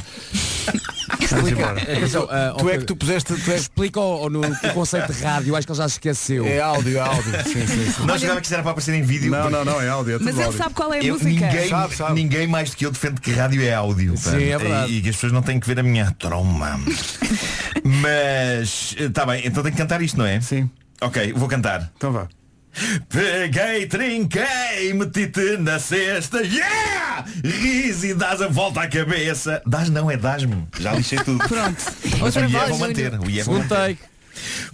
Explica.
Atenção, ah,
tu
ó,
é que tu puseste. Tu és...
Explica ao, ao Nuno o conceito de rádio, acho que ele já se esqueceu.
É áudio, é áudio. Sim, sim, sim.
Não chegava que isso era para aparecer em vídeo.
Não, não, não, é áudio, é tudo Mas ele áudio. sabe qual é a
Eu-
música.
Ninguém,
Sabe, sabe.
ninguém mais do que eu defende que rádio é áudio.
Sim,
pá.
é verdade.
E, e que as pessoas não têm que ver a minha troma. Mas está bem, então tenho que cantar isto, não é?
Sim.
Ok, vou cantar.
Então vá.
Peguei, trinquei, meti-te na cesta, yeah! Riz e dás a volta à cabeça. Dás não, é dás-me. Já lixei tudo.
Pronto.
Mas o
Outra
IE
voz,
vou manter.
Júnior.
O
É
IE vou
Segundo
manter.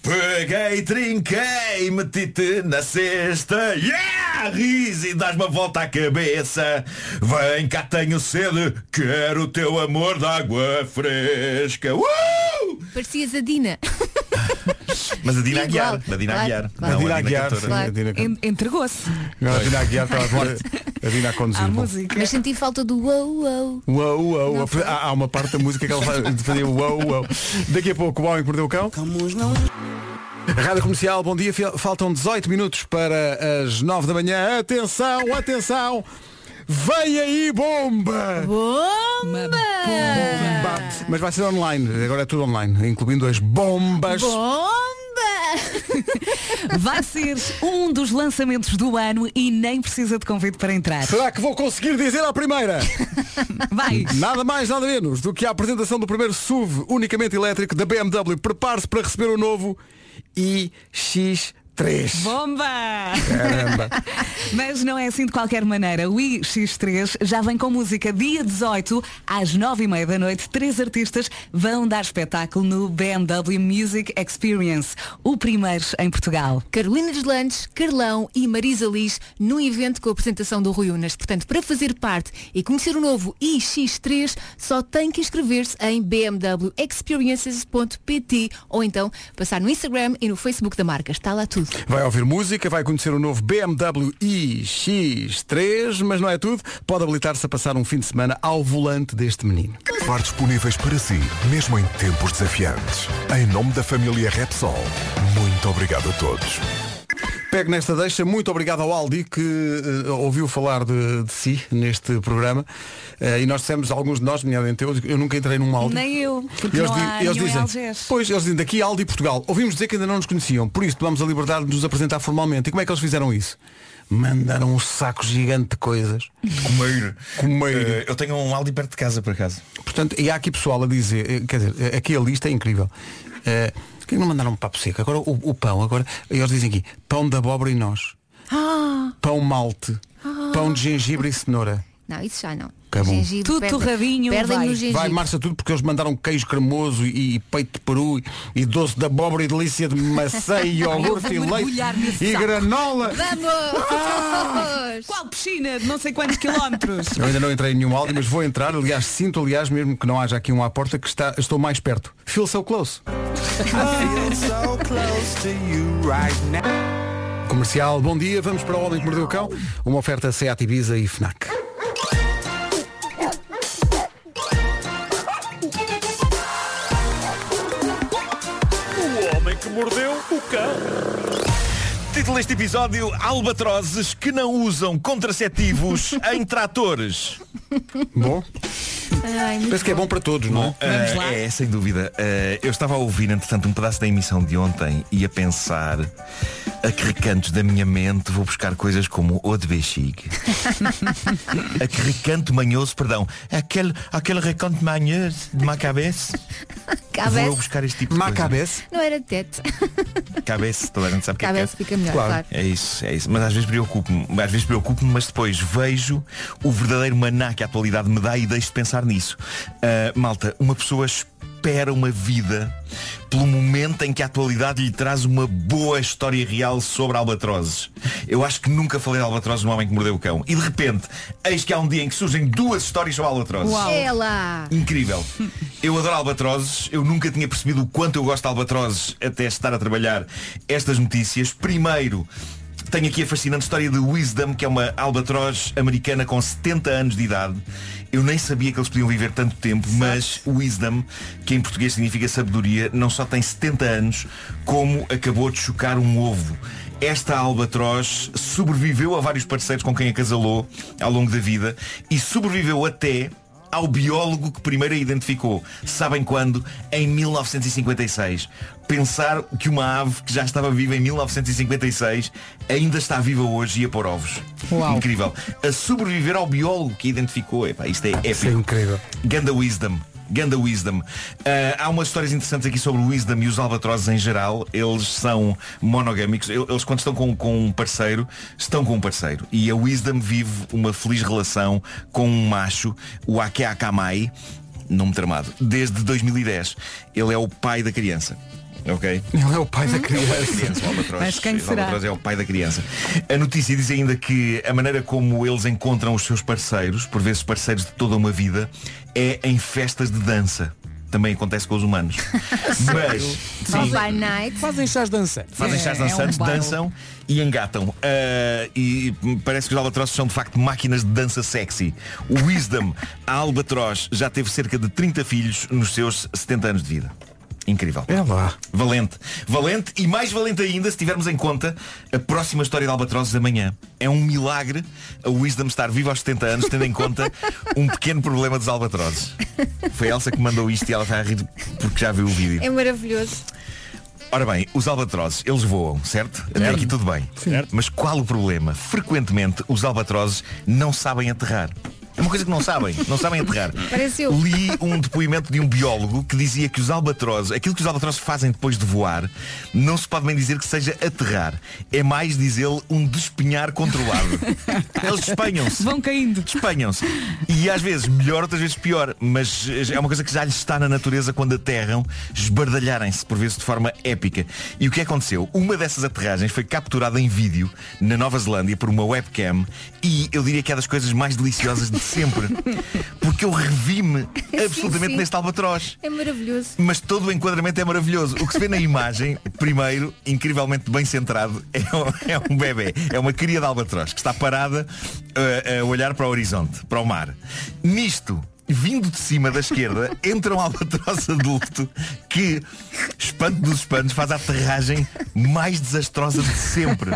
Peguei, trinquei, meti-te na cesta Yeah! Riz e dás-me a volta à cabeça Vem cá, tenho sede Quero o teu amor de água fresca Uh!
Parecias a Dina.
[LAUGHS] Mas a Dina Aguiar
Igual,
A Dina
claro,
Aguiar
É um claro.
Não,
Adina Aguiar, sim,
a Dina Cantora.
Adina Cantora.
En- Entregou-se
Agora, a Dina Aguiar estava a ver- a Dina a conduzir.
à
Bom.
é-
música.
Mas senti falta do uau uau.
Uau, uau, há há uma parte da música que ela faz- fazia uau, uau. Daqui a pouco, o homem que mordeu o cão. Rádio Comercial, bom dia. Fil- Faltam 18 minutos para as 9 da manhã. Atenção, atenção! Vem aí bomba!
Uma
Bomba! Mas vai ser online, agora é tudo online, incluindo as bombas.
Bomba! Vai ser um dos lançamentos do ano e nem precisa de convite para entrar.
Será que vou conseguir dizer à primeira?
Vai!
Nada mais, nada menos do que a apresentação do primeiro SUV unicamente elétrico da BMW. Prepare-se para receber o novo iX3.
Bomba!
Caramba.
[LAUGHS] Mas não é assim de qualquer maneira. O iX3 já vem com música dia 18, às 9h30 da noite. Três artistas vão dar espetáculo no BMW Music Experience, o primeiro em Portugal.
Carolina Deslandes, Carlão e Marisa Liz num evento com a apresentação do Rui Unas. Portanto, para fazer parte e conhecer o novo iX3, só tem que inscrever-se em bmwexperiences.pt ou então passar no Instagram e no Facebook da marca. Está lá tudo.
Vai ouvir música, vai conhecer o novo BMW iX3, mas não é tudo. Pode habilitar-se a passar um fim de semana ao volante deste menino.
Par disponíveis para si, mesmo em tempos desafiantes. Em nome da família Repsol, muito obrigado a todos.
Pego nesta deixa, muito obrigado ao Aldi que eh, ouviu falar de, de si neste programa. Eh, e nós dissemos, alguns de nós, nomeadamente eu, eu nunca entrei num Aldi.
Nem eu, porque não
di-
há nenhum em Algés.
pois, eles dizem daqui Aldi Portugal. Ouvimos dizer que ainda não nos conheciam, por isso tomamos a liberdade de nos apresentar formalmente. E como é que eles fizeram isso? Mandaram um saco gigante de coisas.
Comeiro.
Comeiro.
Eh, eu tenho um Aldi perto de casa, por acaso.
Portanto, e há aqui pessoal a dizer, eh, quer dizer, eh, aqui a lista é incrível. Eh, Por que não mandaram papo seco? Agora o, o pão, agora, eles dizem aqui, pão de abóbora e nós,
Ah,
pão malte,
Ah.
pão de gengibre e cenoura.
não, isso já não.
Tá
Que é bom.
Gengibre,
Tudo
perdem-
torradinho,
Perdem
vai.
no
Vai,
gengibre.
marcha tudo porque eles mandaram queijo cremoso e, e peito de peru e, e doce de abóbora e delícia de maçã
[LAUGHS]
e
Eu
iogurte
vou
e
mergulhar
leite
nesse
e
saco.
granola.
Ah!
Vamos!
Qual piscina de não sei quantos quilómetros?
Eu ainda não entrei em nenhum Aldi, mas vou entrar. Aliás, sinto, aliás, mesmo que não haja aqui um à porta, que está, estou mais perto. Feel so close. Comercial, bom dia. Vamos para o Homem que Mordeu o Cão. Uma oferta Seat Ibiza e FNAC.
O homem que mordeu o cão. Título deste episódio, albatrozes que não usam [LAUGHS] contraceptivos em tratores.
Bom,
Ai,
penso que é bom para todos, não é?
Ah, é, sem dúvida. Ah, eu estava a ouvir, entretanto, um pedaço da emissão de ontem e a pensar a que recantos da minha mente vou buscar coisas como o de [LAUGHS] bexiga. a que recanto manhoso, perdão, aquele, aquele recanto manhoso de má cabeça. Vou eu
Cabeça.
buscar este tipo de
Má
coisa.
cabeça?
Não era tete.
Cabeça, toda a gente sabe o que é que é.
Cabeça fica melhor,
Claro.
claro.
É isso, é isso. Mas às vezes preocupo-me, às vezes preocupo-me, mas depois vejo o verdadeiro maná que a atualidade me dá e deixo de pensar nisso. Ah, malta, uma pessoa espera uma vida pelo momento em que a atualidade lhe traz uma boa história real sobre albatrozes. Eu acho que nunca falei de albatrozes no Homem que Mordeu o Cão. E de repente, eis que há um dia em que surgem duas histórias sobre albatrozes.
É Ela!
Incrível. Eu adoro albatrozes. Eu nunca tinha percebido o quanto eu gosto de albatrozes até estar a trabalhar estas notícias. Primeiro, tenho aqui a fascinante história de Wisdom, que é uma albatroz americana com 70 anos de idade. Eu nem sabia que eles podiam viver tanto tempo, mas Wisdom, que em português significa sabedoria, não só tem 70 anos, como acabou de chocar um ovo. Esta albatroz sobreviveu a vários parceiros com quem acasalou ao longo da vida e sobreviveu até ao biólogo que primeiro a identificou. Sabem quando? Em 1956. Pensar que uma ave que já estava viva em 1956 ainda está viva hoje e a pôr ovos.
Uau.
Incrível. A sobreviver ao biólogo que a identificou. Epá, isto é épico.
é incrível.
Ganda Wisdom. Ganda Wisdom. Ah, há umas histórias interessantes aqui sobre o Wisdom e os albatrozes em geral. Eles são monogâmicos. El- Eles quando estão com, com um parceiro, estão com um parceiro. E a Wisdom vive uma feliz relação com um macho, o Akeakamai, nome tramado, desde 2010. Ele é o pai da criança. Ok?
Ele é o pai da
criança, o albatroz.
Mas quem
O
será?
albatroz é o pai da criança. A notícia diz ainda que a maneira como eles encontram os seus parceiros, por vezes parceiros de toda uma vida, é em festas de dança. Também acontece com
[LAUGHS]
os humanos. Mas sim,
By night.
Fazem chás dançantes.
fazem chás
É um
dançantes, dançam e engatam. Ah, e parece que os albatrozes são de facto máquinas de dança sexy. O Wisdom, a albatroz, já teve cerca de 30 filhos nos seus 70 anos de vida. Incrível.
É lá.
Valente. Valente e mais valente ainda se tivermos em conta a próxima história de albatrozes amanhã. É um milagre a Wisdom estar viva aos 70 anos, tendo em conta um pequeno problema dos albatrozes. Foi a Elsa que mandou isto e ela está a rir porque já viu o vídeo.
É maravilhoso.
Ora bem, os albatrozes, eles voam, certo? Até
Certo.
aqui tudo bem. Mas qual o problema? Frequentemente os albatrozes não sabem aterrar. É uma coisa que não sabem, não sabem aterrar.
[LAUGHS] Parece eu.
Li um depoimento de um biólogo que dizia que os albatrozes, aquilo que os albatrozes fazem depois de voar, não se pode bem dizer que seja aterrar. É mais, diz ele, um despenhar
[LAUGHS]
controlado. Eles
[LAUGHS]
espanham-se.
Vão caindo.
Espanham-se. E às vezes melhor, outras vezes pior. Mas eh, é uma coisa que já lhes está na natureza quando aterram, esbardalharem-se, por vezes de forma épica. E o que aconteceu? Uma dessas aterragens foi capturada em vídeo na Nova Zelândia por uma webcam e eu diria que é das coisas mais deliciosas
[LAUGHS]
de sempre. Porque eu revi-me absolutamente
sim.
neste albatroz.
É maravilhoso.
Mas todo o enquadramento é maravilhoso. O que se vê na imagem, primeiro, incrivelmente bem centrado, é um, é um bebê. É uma cria de albatroz que está parada uh, a olhar para o horizonte, para o mar. Nisto, vindo de cima da esquerda, entra um albatroz adulto que, espanto dos espantos, faz a aterragem mais desastrosa de sempre.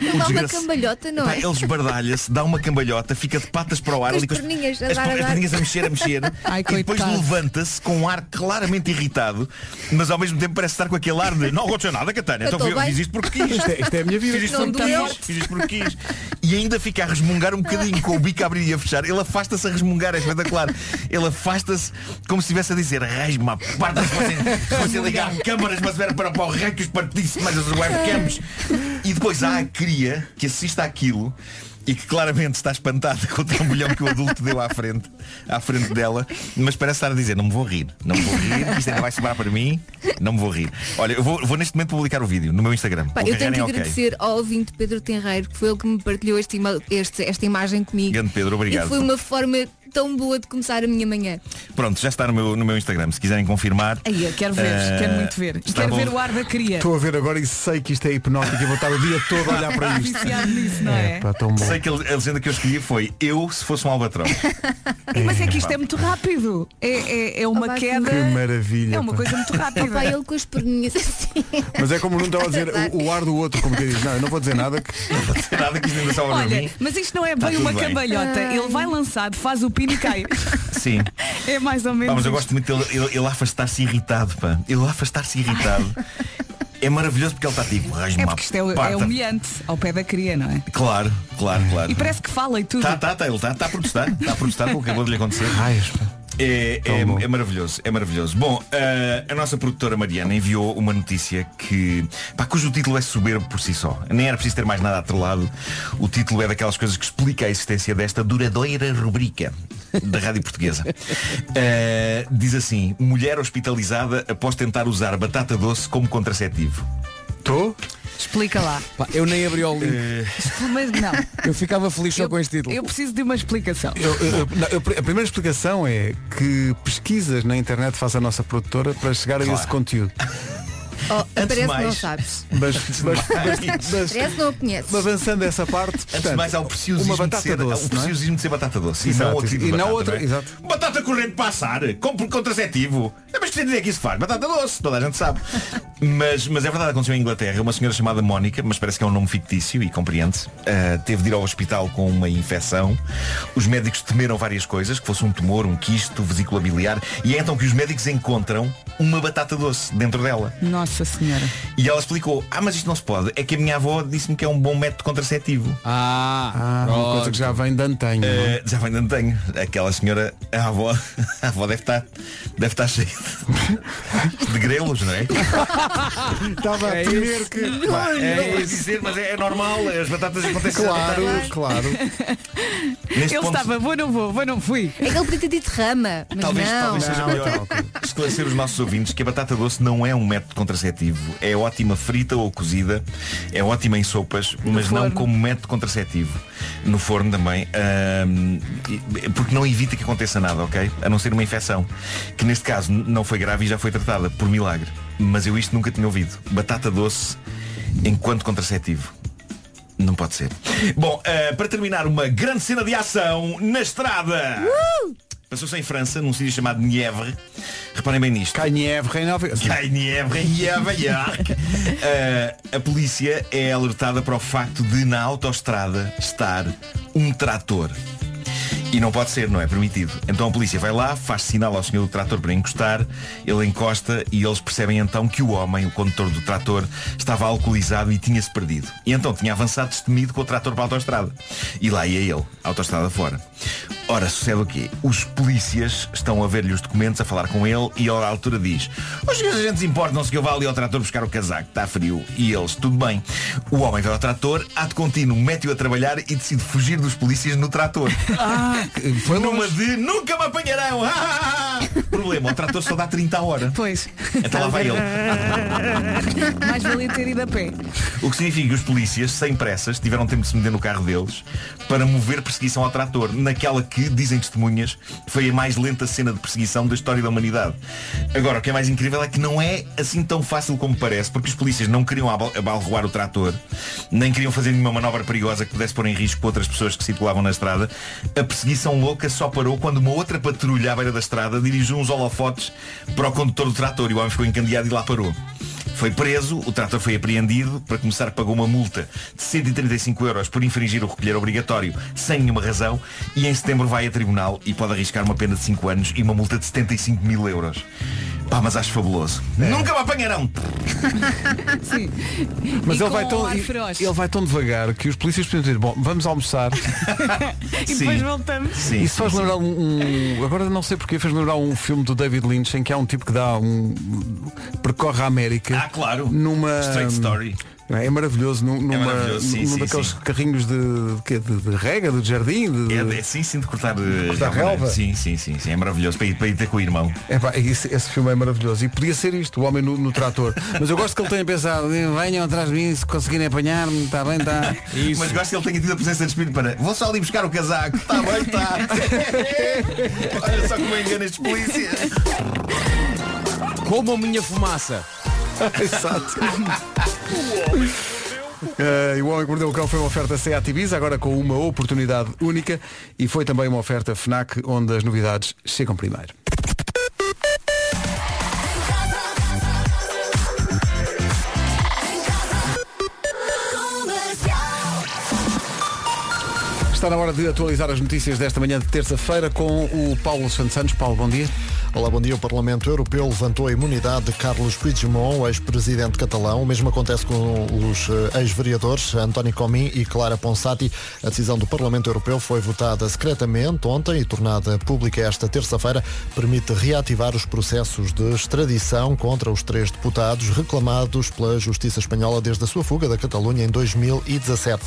Ele dá uma
desgraça-
cambalhota, não
Pá,
é?
ele esbardalha-se, dá uma cambalhota, fica de patas para o ar,
Com as
ali com as-
perninhas a
as,
dar,
per-
a
as
dar.
perninhas a mexer, a mexer,
[LAUGHS] Ai,
e depois
coitado.
levanta-se com um ar claramente irritado, mas ao mesmo tempo parece estar com aquele ar de não aconteceu nada, Catana,
Eu
então
tô
fui eu que
bem."
fiz isto porque quis.
Isto é- isto é a minha vida.
Fiz isto
Não
porque
me
quis,
morte.
fiz isto porque
[LAUGHS]
quis. E ainda fica a resmungar um bocadinho com o bico a abrir e a fechar. Ele afasta-se a resmungar, é espetacular. Ele afasta-se como se estivesse a dizer, raiz uma parte se fossem- se fossem ligar câmaras, mas era para, para o rei que os partisse, mas as webcams. E depois há a cria que assiste àquilo e que claramente está espantada com o trambolhão que o adulto deu à frente, à frente dela, mas parece estar a dizer, não me vou rir, não me vou rir, isto ainda vai sobrar para mim, não me vou rir. Olha, eu vou, vou neste momento publicar o vídeo no meu Instagram.
Pá,
Vou
eu tenho
carregar
que
em ok.
agradecer ao ouvinte Pedro Tenreiro, que foi ele que me partilhou este ima- este- esta imagem comigo.
Grande Pedro, obrigado.
E foi uma forma tão boa de começar a minha manhã.
É
Pronto, já está no meu, no meu Instagram, se quiserem confirmar.
Aí, eu quero ver,
eh,
quero muito ver.
está
Quero
bom.
ver o ar da cria.
Estou a ver agora e sei que isto é hipnótico e vou estar o dia todo a olhar para isto.
Tá Viciado nisso, não é?
Pá, tão bom.
Sei que ele- a legenda que eu escolhi foi eu se fosse um
[LAUGHS]
albatrão.
Mas é que isto é muito rápido. É, é, é uma queda.
Que maravilha.
É uma
pá.
coisa muito rápida.
Opa, ele com as perninhas [LAUGHS] assim.
Mas é como não estava a
[LAUGHS]
dizer o, o ar do outro, como quem diz, não, eu não vou dizer nada que.
Nada que isto ainda sobra para mim.
Olha, Ah. mas isto não é
Tá
bem
tudo
uma
bem.
cambalhota. Ele vai lançado, faz o pino e [LAUGHS] cai.
Sim.
É mais ou menos.
Pá, mas eu
isto.
gosto muito dele ele, ele afastar-se irritado, pá. Ele afastar-se irritado. é maravilhoso porque ele está tipo, raiz
É
uma
porque isto é, é
pata.
humilhante ao pé da cria, não é?
Claro, claro, claro.
E parece que fala e tudo.
Tá, tá, tá, ele está tá a protestar, está a protestar com o que acabou de lhe acontecer. É, é, é maravilhoso, é maravilhoso. Bom, ah, a nossa produtora Mariana enviou uma notícia que, pá, cujo título é soberbo por si só. Nem era preciso ter mais nada atrelado. O título é daquelas coisas que explica a existência desta duradoira rubrica da Rádio Portuguesa. [LAUGHS] Ah, diz assim, mulher hospitalizada após tentar usar batata doce como contraceptivo.
Estou?
Explica lá.
eu nem abri o
Eh,
link.
Mas não,
Eu ficava feliz só com este título.
eu preciso de uma explicação.
Eu- eu- eu- não, eu- a primeira explicação é que pesquisas na internet faz a nossa produtora para chegar a esse conteúdo.
Oh,
Antes
parece
de
que não
mais-
sabes.
Mas, mas,
mas-
[LAUGHS]
mas-
Parece que não o conheces.
avançando essa parte,
Antes de mais
um
há o preciosismo,
uma batata
de, ser,
doce, é?
o preciosismo de ser batata doce.
Exato,
e não outro tipo
e
de
não
batata,
outra-
não é?
exato.
Batata corrente para assar, compre contraceptivo. É, Mas que dizer que isso faz? Batata doce, toda a
[LAUGHS]
gente sabe. mas, mas é verdade, aconteceu em Inglaterra. Uma senhora chamada Mónica, mas parece que é um nome fictício e compreende-se, ah, teve de ir ao hospital com uma infecção. Os médicos temeram várias coisas, que fosse um tumor, um quisto, vesícula biliar. E é então que os médicos encontram uma batata doce dentro dela.
Nossa Senhora.
E ela explicou, ah, mas isto não se pode. É que a minha avó disse-me que é um bom método contraceptivo.
Ah,
uma coisa que já vem de antanho. não é?
Eh, já vem de antanho. Aquela senhora, a avó, [LAUGHS] a avó deve estar, deve estar cheia de, de grelos, não é?
Estava
É
a temer que.
Pá, é, é dizer, mas é, é normal, as batatas acontecem.
Claro, claro.
Neste
Ele
ponto-
estava, vou, não vou, vou, não fui.
É que ele podia ter dito rama, mas
Talvez,
não.
talvez seja melhor esclarecer os nossos ouvintes que a batata doce não é um método contraceptivo. É ótima frita ou cozida, é ótima em sopas, mas não
forno.
como método contraceptivo. No forno também. ahm, e- porque não evita que aconteça nada, ok? A não ser uma infecção. Que neste caso n- não foi grave e já foi tratada, por milagre. Mas eu isto nunca tinha ouvido. Batata doce enquanto contraceptivo. Não pode ser. Bom, eh, para terminar, uma grande cena de ação na estrada. Passou-se em França, num sítio chamado Nièvre. Reparem bem nisto.
Cai Nièvre em Nova Iorque.
Cai Nièvre em Nova Iorque. Eh, a polícia é alertada para o facto de na autoestrada estar um trator. E não pode ser, não é permitido. Então a polícia vai lá, faz sinal ao senhor do trator para encostar, ele encosta e eles percebem então que o homem, o condutor do trator, estava alcoolizado e tinha-se perdido. E então tinha avançado destemido com o trator para a autoestrada. E lá ia ele, autoestrada fora. Ora, sucede o quê? Os polícias estão a ver-lhe os documentos, a falar com ele e ele à altura diz Os senhores agentes importam-se que eu vá ali ao trator buscar o casaco, está frio. E eles, tudo bem. O homem vai ao trator, há de contínuo, mete-o a trabalhar e decide fugir dos polícias no trator.
[LAUGHS] Ah, que- foi
Numa
longe.
de nunca me apanharão. [LAUGHS] Ah, ah, ah. Problema, o trator só dá 30 a hora.
Pois.
Então
é
lá vai ele.
Mais valia ter ido a pé.
O que significa que os polícias, sem pressas, tiveram tempo de se meter no carro deles para mover perseguição ao trator, naquela que, dizem testemunhas, foi a mais lenta cena de perseguição da história da humanidade. Agora, o que é mais incrível é que não é assim tão fácil como parece, porque os polícias não queriam abal- abalroar o trator, nem queriam fazer nenhuma manobra perigosa que pudesse pôr em risco outras pessoas que circulavam na estrada. A perseguição louca só parou quando uma outra patrulha à beira da estrada dirigiu uns holofotes para o condutor do trator e o homem ficou encandeado e lá parou. Foi preso, o trator foi apreendido, para começar pagou uma multa de 135 euros por infringir o recolher obrigatório sem nenhuma razão e em setembro vai a tribunal e pode arriscar uma pena de 5 anos e uma multa de 75 mil euros. Pá, mas acho fabuloso.
É.
Nunca me apanharão!
Sim.
Mas
E
ele vai,
com
tão,
ar
e-
feroz.
ele vai tão devagar que os polícias podiam dizer, bom, vamos almoçar.
E depois voltamos.
Sim,
Isso faz lembrar um, um- Agora não sei porque fez lembrar um filme do David Lynch em que há um tipo que dá um. percorre a América.
Ah, claro.
é Numa.
Straight Story.
Não É é maravilhoso, num, numa,
maravilhoso, sim,
num
sim,
daqueles
sim.
carrinhos de, de, quê? de, de rega, de jardim. de-
É, é sim, sim, de cortar, de
Cortar relva.
Sim, sim, sim, sim, é maravilhoso. Para ir, para ir ter com o irmão.
É pá, esse, esse filme é maravilhoso. E podia ser isto, o homem no, no trator. Mas eu gosto que ele tenha pensado, venham atrás de mim, se conseguirem apanhar-me, está bem, tá." está.
Mas gosto que ele tenha tido a presença de espírito para. Vou só ali buscar o casaco. Está bem, tá está. Olha só como engana estes polícias.
Como a minha fumaça.
[LAUGHS] Exato. Eh, e o Homem que Mordeu o Cão foi uma oferta Seat Ibiza, agora com uma oportunidade única e foi também uma oferta FNAC, onde as novidades chegam primeiro. Está na hora de atualizar as notícias desta manhã de terça-feira com o Paulo Santos Santos. Paulo, bom dia.
Olá, bom dia. O Parlamento Europeu levantou a imunidade de Carlos Puigdemont, ex-presidente catalão. O mesmo acontece com os eh, ex-vereadores António Comín e Clara Ponsati. A decisão do Parlamento Europeu foi votada secretamente ontem e tornada pública esta terça-feira. Permite reativar os processos de extradição contra os três deputados reclamados pela Justiça Espanhola desde a sua fuga da Catalunha em 2017.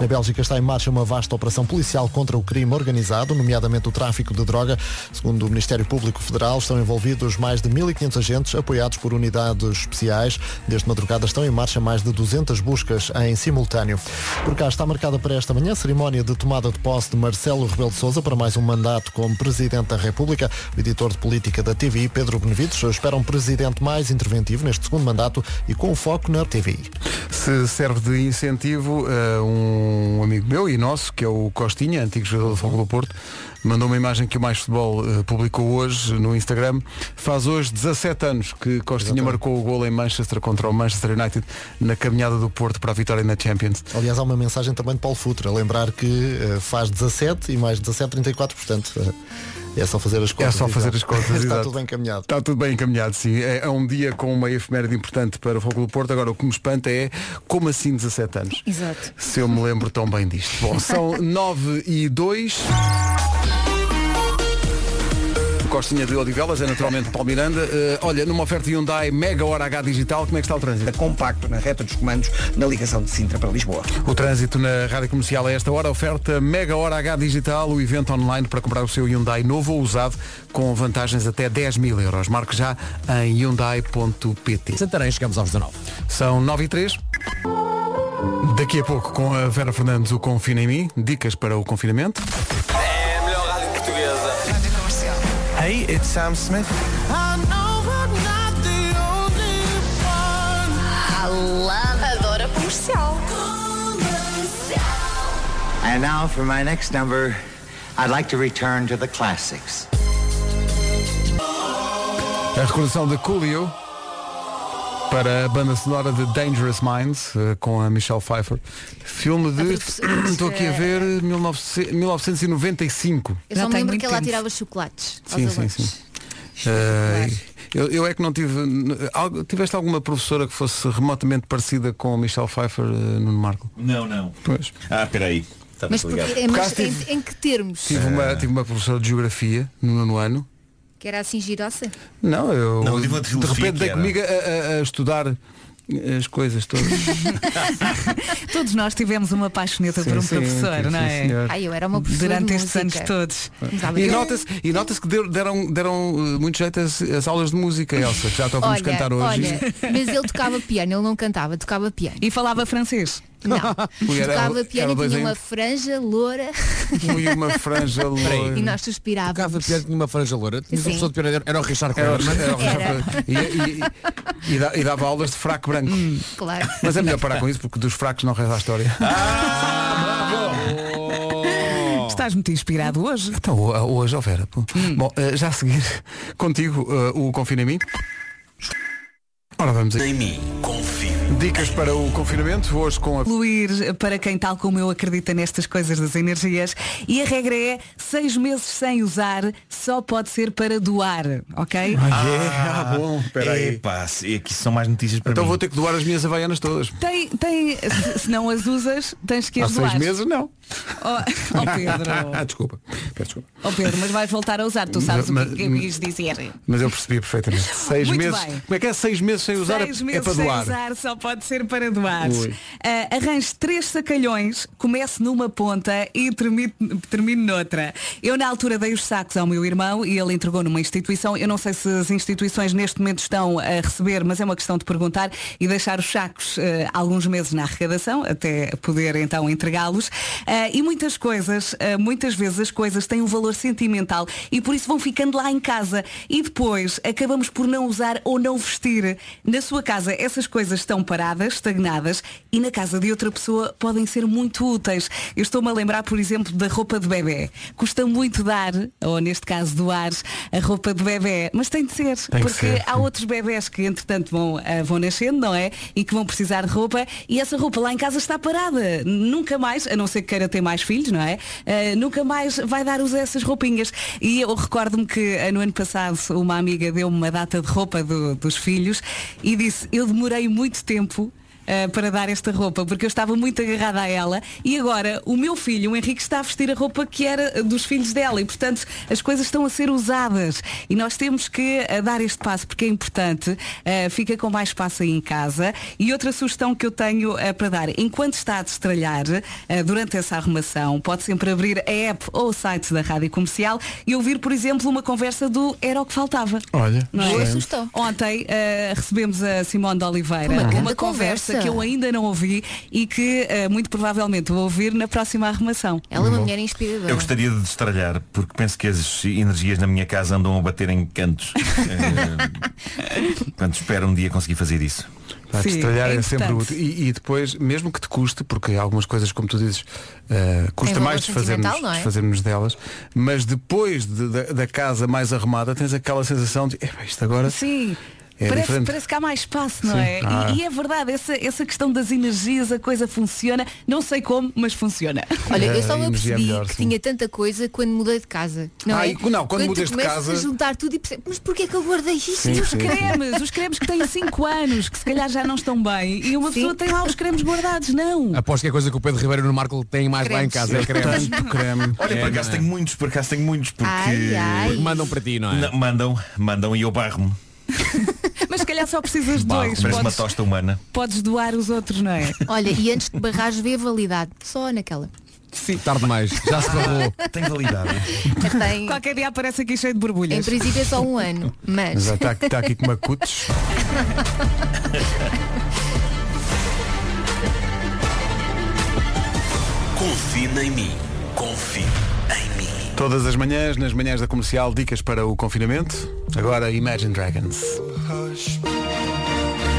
Na Bélgica está em marcha uma vasta operação policial contra o crime organizado, nomeadamente o tráfico de droga. Segundo o Ministério Público Federal, Natal estão envolvidos mais de 1.500 agentes apoiados por unidades especiais. Desde madrugada estão em marcha mais de 200 buscas em simultâneo. Por cá está marcada para esta manhã a cerimónia de tomada de posse de Marcelo Rebelo de Sousa para mais um mandato como Presidente da República. O editor de política da TVI, Pedro Benevides, espera um presidente mais interventivo neste segundo mandato e com foco na TVI.
Se serve de incentivo, eh, um amigo meu e nosso, que é o Costinha, antigo jogador do Futebol do Porto, mandou uma imagem que o Mais Futebol eh, publicou hoje no Instagram. Faz hoje 17 anos que Costinha marcou o gol em Manchester contra o Manchester United na caminhada do Porto para a vitória na Champions.
Aliás, há uma mensagem também de Paulo Futre, a lembrar que eh, faz 17 e mais 17, 34, portanto eh, é só fazer as contas.
É só fazer
exato. [LAUGHS]
as contas.
Está
exato.
tudo bem encaminhado.
Está tudo bem encaminhado, sim. É, é um dia com uma efeméride importante para o Fogo do Porto. Agora, o que me espanta é como assim 17 anos?
Exato.
Se eu me lembro tão bem disto. Bom, são 9 e 2. Costinha de Odivelas, é naturalmente Paulo Miranda. Eh, olha, numa oferta Hyundai Mega Hora H Digital, como é que está o trânsito?
Compacto na reta dos comandos, na ligação de Sintra para Lisboa.
O trânsito na Rádio Comercial a esta hora oferta Mega Hora H Digital, o evento online para comprar o seu Hyundai novo ou usado com vantagens até 10 mil euros. Marque já em Hyundai.pt.
Santarém, chegamos aos 19.
São 9 e 3. Daqui a pouco com a Vera Fernandes o Confina em mim, dicas para o confinamento.
É a melhor rádio portuguesa. Rádio comercial.
Hey, it's Sam Smith.
Adora comercial.
And now for my next number, I'd like to return to the classics.
A recordação de Coolio para a banda sonora de Dangerous Minds eh, com a Michelle Pfeiffer. Filme de. [CLEARS THROAT] Estou aqui a ver 1900 1995.
Eu só me lembro que ela tirava chocolates. aos
Sim, sim,
alunos.
sim. Eh, eu, eu é que não tive. algo- Tiveste alguma professora que fosse remotamente parecida com a Michelle Pfeiffer eh, Nuno Marco?
Não, não.
Pois.
Ah, peraí. Estava
Mas,
ligado.
porque, é, mas em, em que termos?
Tive,
Eh.
uma, tive uma professora de geografia no nono ano.
Que era assim girosa?
Não, eu.
Não, eu tive uma de
de
filosofia
repente
que
dei
era.
comigo a, a- a estudar eh, as coisas todas.
Todos nós tivemos uma paixoneta
Sim,
por um
sim,
professor,
sim,
não
sim,
é?
senhor.
Ai, eu era uma professora
Durante
de
estes anos
música.
todos.
E nota-se e nota-se que deu- deram, deram eh, muito jeito as, as aulas de música, Elsa. que Já te ouvimos
olha,
cantar hoje. [LAUGHS]
olha, mas ele tocava piano, ele não cantava, tocava
[LAUGHS]
piano.
E falava francês?
Não.
Ui, era-
tocava
era
piano e
dois
tinha
em um.
uma franja loura.
Ui, uma franja loira.
E nós suspirávamos.
Tocava piano tinha uma franja loura. Tinhas
Sim.
uma pessoa de piano era- era o Richard
Era-
Coleman.
era o Richard E, e- e da- e dava aulas de fraco branco.
[LAUGHS]
Claro.
Mas é melhor parar com isso porque dos fracos não reza a história. Oh.
Estás muito inspirado hoje.
[LAUGHS] Então, ho- hoje, ó Vera. pô. Bom, eh, já a seguir, contigo, eh, o Confina em mim. Ora, vamos aí. Dicas para o confinamento, hoje com a...
Incluir para quem, tal como eu, acredita nestas coisas das energias. E a regra é, seis meses sem usar só pode ser para doar, ok?
Ah, bom, espera aí.
Epá, se- aqui são mais notícias para
Então
mim.
vou ter que doar as minhas havaianas todas.
Tem, tem, se- se não as usas, tens que
Há
as doar.
seis meses, não.
Oh, [LAUGHS] oh, Pedro.
[LAUGHS] Ah, desculpa. Peço desculpa.
Oh Pedro, mas vais voltar a usar, tu sabes
Mas-
o que, que eu quis dizer.
Mas eu percebi perfeitamente. Seis
Muito
meses.
bem.
Como é que é? Seis meses sem usar é-
Seis
é
meses
para doar.
sem usar só pode ser para doar.
Ui.
Ah, arranje três sacalhões, comece numa ponta e termine, termine noutra. Eu na altura dei os sacos ao meu irmão e ele entregou numa instituição. Eu não sei se as instituições neste momento estão a receber, mas é uma questão de perguntar e deixar os sacos ah, alguns meses na arrecadação até poder então entregá-los. Ah, e muitas coisas, ah, muitas vezes as coisas têm um valor sentimental e por isso vão ficando lá em casa e depois acabamos por não usar ou não vestir. Na sua casa essas coisas estão paradas, estagnadas e na casa de outra pessoa podem ser muito úteis. Eu estou-me a lembrar, por exemplo, da roupa de bebê. Custa muito dar, ou neste caso doar, a roupa de bebê, mas tem de ser,
Tem que
porque
ser,
há outros bebés que entretanto vão, ah, vão nascendo, não é? E que vão precisar de roupa e essa roupa lá em casa está parada. Nunca mais, a não ser que queira ter mais filhos, não é? Ah, nunca mais vai dar uso a essas roupinhas. E eu recordo-me que ah, no ano passado uma amiga deu-me uma data de roupa do- dos filhos e disse, eu demorei muito tempo eh, para dar esta roupa, porque eu estava muito agarrada a ela e agora o meu filho, o Henrique, está a vestir a roupa que era dos filhos dela e, portanto, as coisas estão a ser usadas e nós temos que eh, dar este passo porque é importante. Eh, fica com mais espaço aí em casa. E outra sugestão que eu tenho eh, para dar, enquanto está a destralhar, eh, durante essa arrumação, pode sempre abrir a app ou o site da Rádio Comercial e ouvir, por exemplo, uma conversa do Era o que faltava.
Olha,
Não é?
excelente.
Ontem eh, recebemos a Simone de Oliveira
Uma grande
conversa
conversa.
que eu ainda não ouvi e que eh, muito provavelmente vou ouvir na próxima arrumação.
Ela é uma mulher inspiradora.
Eu gostaria de destralhar, porque penso que as energias na minha casa andam a bater em [LAUGHS] cantos. Eh, Portanto, espero um dia conseguir fazer isso.
Pá, destralhar é, sempre útil. E, e depois, mesmo que te custe, porque algumas coisas, como tu dizes, eh, custa
valor
mais desfazermos,
sentimental, não é?
desfazermos delas, mas depois de- da, da casa mais arrumada, tens aquela sensação de, "Epá, isto agora
Sim.
é
parece,
diferente.
parece que há mais espaço, não
Sim.
é? E-
Ah.
E, é verdade, essa, essa questão das energias, a coisa funciona. Não sei como, mas funciona.
Olha, eu
A
só me
energia é
apercebi
melhor,
que
sim.
tinha tanta coisa quando mudei de casa. Não,
Ah,
é?
e- não, quando
tu
mudas de
começas
casa-
a juntar tudo e percebes, mas porquê que eu guardei isto?
Sim,
os
sim, sim.
cremes, os cremes que têm 5 anos, que se calhar já não estão bem, e uma pessoa tem lá os cremes guardados, não.
Aposto que é coisa que o Pedro Ribeiro e o Nuno Marco têm mais lá em
Cremes.
casa. É cremes.
Tanto creme.
Olha, por acaso tenho muitos, por acaso tenho muitos, porque.
Ai, ai. Porque mandam para ti, não é?
mandam, mandam e eu barro-me.
Mas se calhar só precisas de
Barro,
dois.
parece uma
Podes,
tosta humana.
podes doar os outros,
[LAUGHS]
não é?
Olha, e antes de barrares vê a validade. Só naquela.
Sim. Tarde mais. Já se pagou.
Tem validade.
Tem,
Qualquer dia aparece aqui cheio de
em
borbulhas.
princípio é só um ano. Mas.
Já está está aqui com uma cutis.
Confie em mim. Confie em mim.
Todas as manhãs, nas manhãs da comercial, dicas para o confinamento. Agora Imagine Dragons.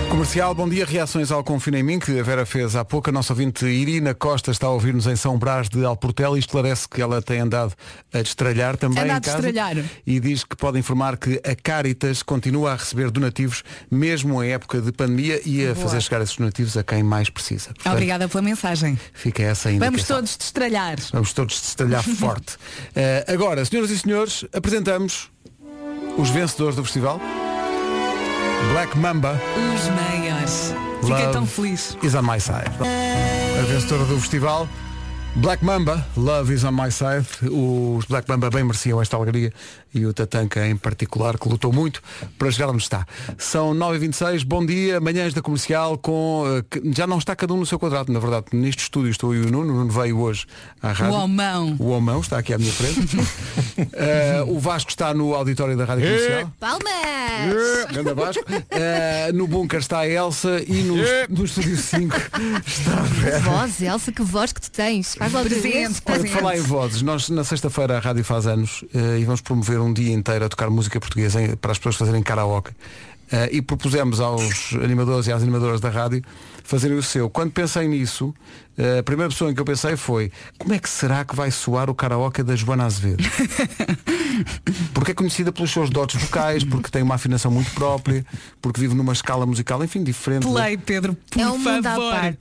Comercial, bom dia. Reações ao confinamento que a Vera fez há pouco. A nossa ouvinte Irina Costa está a ouvir-nos em São Brás de Alportel e esclarece que ela tem andado a destralhar também
Anda a
em casa.
destralhar.
E diz que pode informar que a Caritas continua a receber donativos mesmo em época de pandemia e a
Boa.
fazer chegar esses donativos a quem mais precisa. Portanto,
Obrigada pela mensagem.
Fica essa ainda.
Vamos todos destralhar.
Vamos todos
[LAUGHS]
destalhar forte. Eh, agora, senhoras e senhores, apresentamos os vencedores do festival. Black Mamba
Os maiores. Fiquei
Love
tão feliz.
is on my side. A vencedora do festival. Black Mamba, Love is on my side. Os Black Mamba bem mereciam esta alegria e o Tatanka em particular, que lutou muito para chegar onde está. São 9h26, bom dia, manhãs da comercial com. eh, que já não está cada um no seu quadrado, na verdade. Neste estúdio estou eu e o Nuno, o Nuno veio hoje à rádio.
homão.
O homão está aqui à minha frente. Eh, o Vasco está no auditório da rádio comercial.
Palmas!
Ganda Vasco. Eh, no bunker está a Elsa e no, no estúdio 5 está a
Que
Vera.
voz, Elsa, que voz que tu tens. Faz lá outra vez.
Presente,
Por falar em vozes, nós na sexta-feira a rádio faz anos eh, e vamos promover um dia inteiro a tocar música portuguesa em- para as pessoas fazerem karaoke. Eh, e propusemos aos animadores e às animadoras da rádio fazerem o seu. Quando pensei nisso, eh, a primeira pessoa em que eu pensei foi como é que será que vai soar o karaoke da Joana Azevedo? Porque é conhecida pelos seus dotes vocais, porque tem uma afinação muito própria, porque vive numa escala musical, enfim, diferente. né?
Play, Pedro, por
É um mundo à
favor.
parte.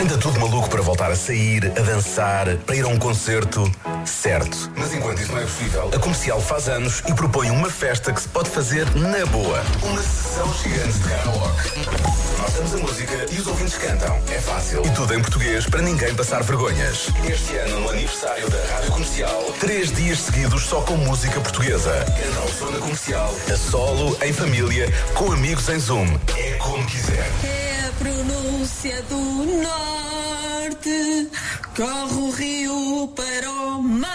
Anda tudo maluco para voltar a sair, a dançar, para ir a um concerto, certo? Mas enquanto isso não é possível, a comercial faz anos e propõe uma festa que se pode fazer na boa. Uma sessão gigante de karaoke. Nós damos a música e os ouvintes cantam. É fácil. E tudo em português para ninguém passar vergonhas. Este ano, no aniversário da Rádio Comercial, três dias seguidos só com música portuguesa. Canal Zona Comercial. A solo, em família, com amigos em Zoom. É como quiser.
É a pronúncia do norte, corre o rio para o mar.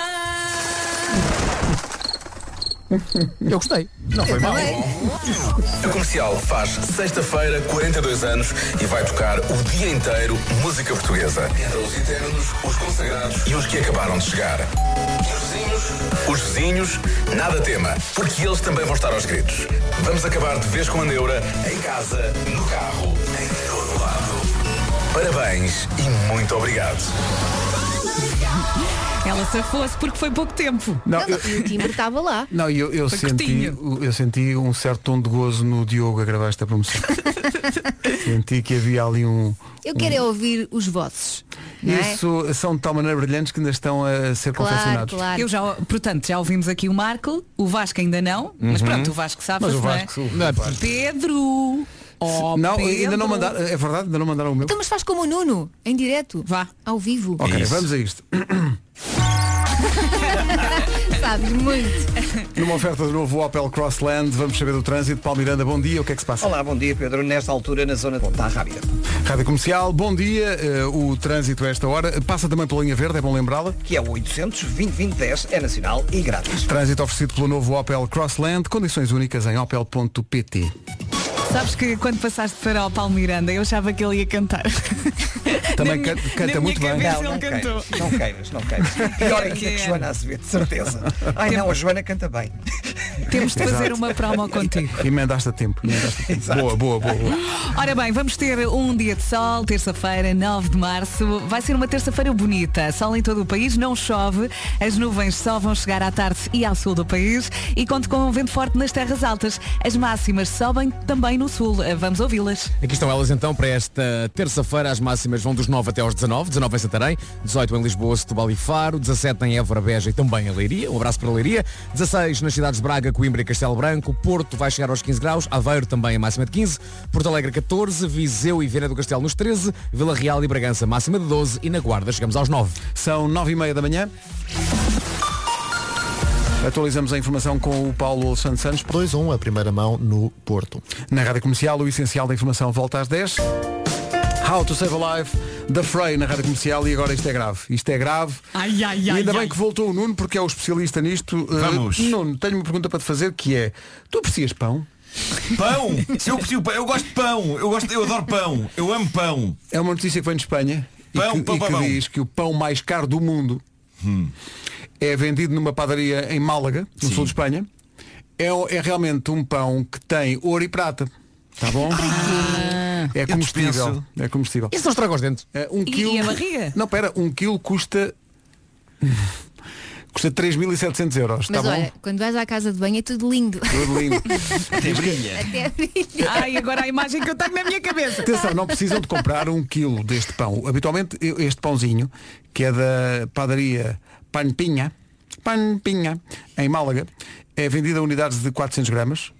Eu gostei.
Não foi mal. A comercial faz sexta-feira 42 anos e vai tocar o dia inteiro música portuguesa. Entre os eternos, os consagrados e os que acabaram de chegar. E Os vizinhos, os vizinhos, nada tema, porque eles também vão estar aos gritos. Vamos acabar de vez com a neura, em casa, no carro, em todo lado. Parabéns e muito obrigado.
Ela safou-se porque foi pouco tempo.
Não,
Não,
eu-
mas o timbre estava lá.
Não, eu, eu
Foi
senti,
curtinho.
eu senti um certo tom de gozo no Diogo a gravar esta
[LAUGHS]
promoção. senti que havia ali um.
Eu quero é ouvir os vossos. Não é?
Isso são de tal maneira brilhantes que ainda estão a ser
Claro,
confeccionados.
claro.
Eu já, portanto, já ouvimos aqui o Marco, o Vasco ainda não, mas
Uhum.
pronto, o Vasco sabe
Mas o
não é?
Vasco, o Vasco.
Pedro! Oh,
Se- não, ainda não mandaram. É verdade, ainda não mandaram o meu.
Então, mas faz como o Nuno, em direto. Vá. Ao vivo.
Ok, vamos a isto.
Sabes muito.
Numa oferta de novo Opel Crossland, vamos saber do trânsito. Paulo Miranda, bom dia, o que é que se passa?
Olá, bom dia, Pedro. Nesta altura, na zona de Ponta Rábida.
Rádio Comercial, bom dia, eh, o trânsito a esta hora. Passa também pela linha verde, é bom lembrá-la.
Que é o 800 2010 é nacional e grátis.
Trânsito oferecido pelo novo Opel Crossland, condições únicas em opel.pt.
Sabes que quando passaste para o Paulo Miranda, eu achava que ele ia cantar.
[LAUGHS] Também
Na
can-
minha-
canta
na
muito
minha
bem.
cabeça
Não, não
ele
queiras,
cantou.
não queiras, não queiras. [LAUGHS] Pior é que é que Joana Azevedo, de certeza. Ai não, a Joana canta bem.
Temos de fazer
Exato.
uma promo contigo.
Emendaste a tempo. emendaste a tempo. Boa, boa, boa. boa.
Ora bem, vamos ter um dia de sol, terça-feira, 9 de março. Vai ser uma terça-feira bonita. Sol em todo o país, não chove. As nuvens só vão chegar à tarde e ao sul do país. E conto com um vento forte nas terras altas. As máximas sobem também no sul. Vamos
[LAUGHS]
ouvi-las.
Aqui estão elas então para esta terça-feira. As máximas vão dos 9 até aos 19. 19 em Santarém, 18 em Lisboa, Setúbal e Faro, 17 em Évora, Beja e também em Leiria. Um abraço para Leiria. 16 nas cidades de Braga, Coimbra e Castelo Branco. Porto vai chegar aos 15 graus. Aveiro também a máxima de 15. Porto Alegre 14. Viseu e Viana do Castelo nos 13. Vila Real e Bragança máxima de 12. E na Guarda chegamos aos 9.
São 9 e meia da manhã. Atualizamos a informação com o Paulo Alexandre Santos.
2-1, a primeira mão no Porto.
Na Rádio Comercial, o essencial da informação volta às 10. How to Save a Life, da Frey na Rádio Comercial e agora isto é grave. Isto é grave.
Ai, ai,
e
ai,
ainda
ai.
bem que voltou o Nuno porque é o especialista nisto. Eh,
Vamos.
Nuno, tenho uma pergunta para te fazer que é, tu aprecias pão?
Pão! Se eu preciso pão, eu gosto de pão, eu, gosto, eu adoro pão, eu amo pão.
É uma notícia que vem de Espanha
Pão,
e que,
pão,
e
pão,
que
pão. Hum.
diz que o pão mais caro do mundo é vendido numa padaria em Málaga, no sul de Espanha. É, o- é realmente um pão que tem ouro e prata. Tá bom? é comestível.
dispenso.
É comestível.
Ah. Isso não estraga os dentes.
É, um
E-
quilo...
e a barriga?
Não, pera, um quilo custa. [LAUGHS] custa 3.700 euros, tá
Mas
bom?
olha, quando vais à casa de banho é tudo lindo.
Tudo lindo.
Até brilha.
Ai, agora a imagem que eu tenho na minha cabeça.
Atenção, não precisam de comprar um quilo deste pão. Habitualmente eu- este pãozinho, que é da padaria Panpinha, Panpinha, em Málaga, é vendido a unidades de 400 gramas,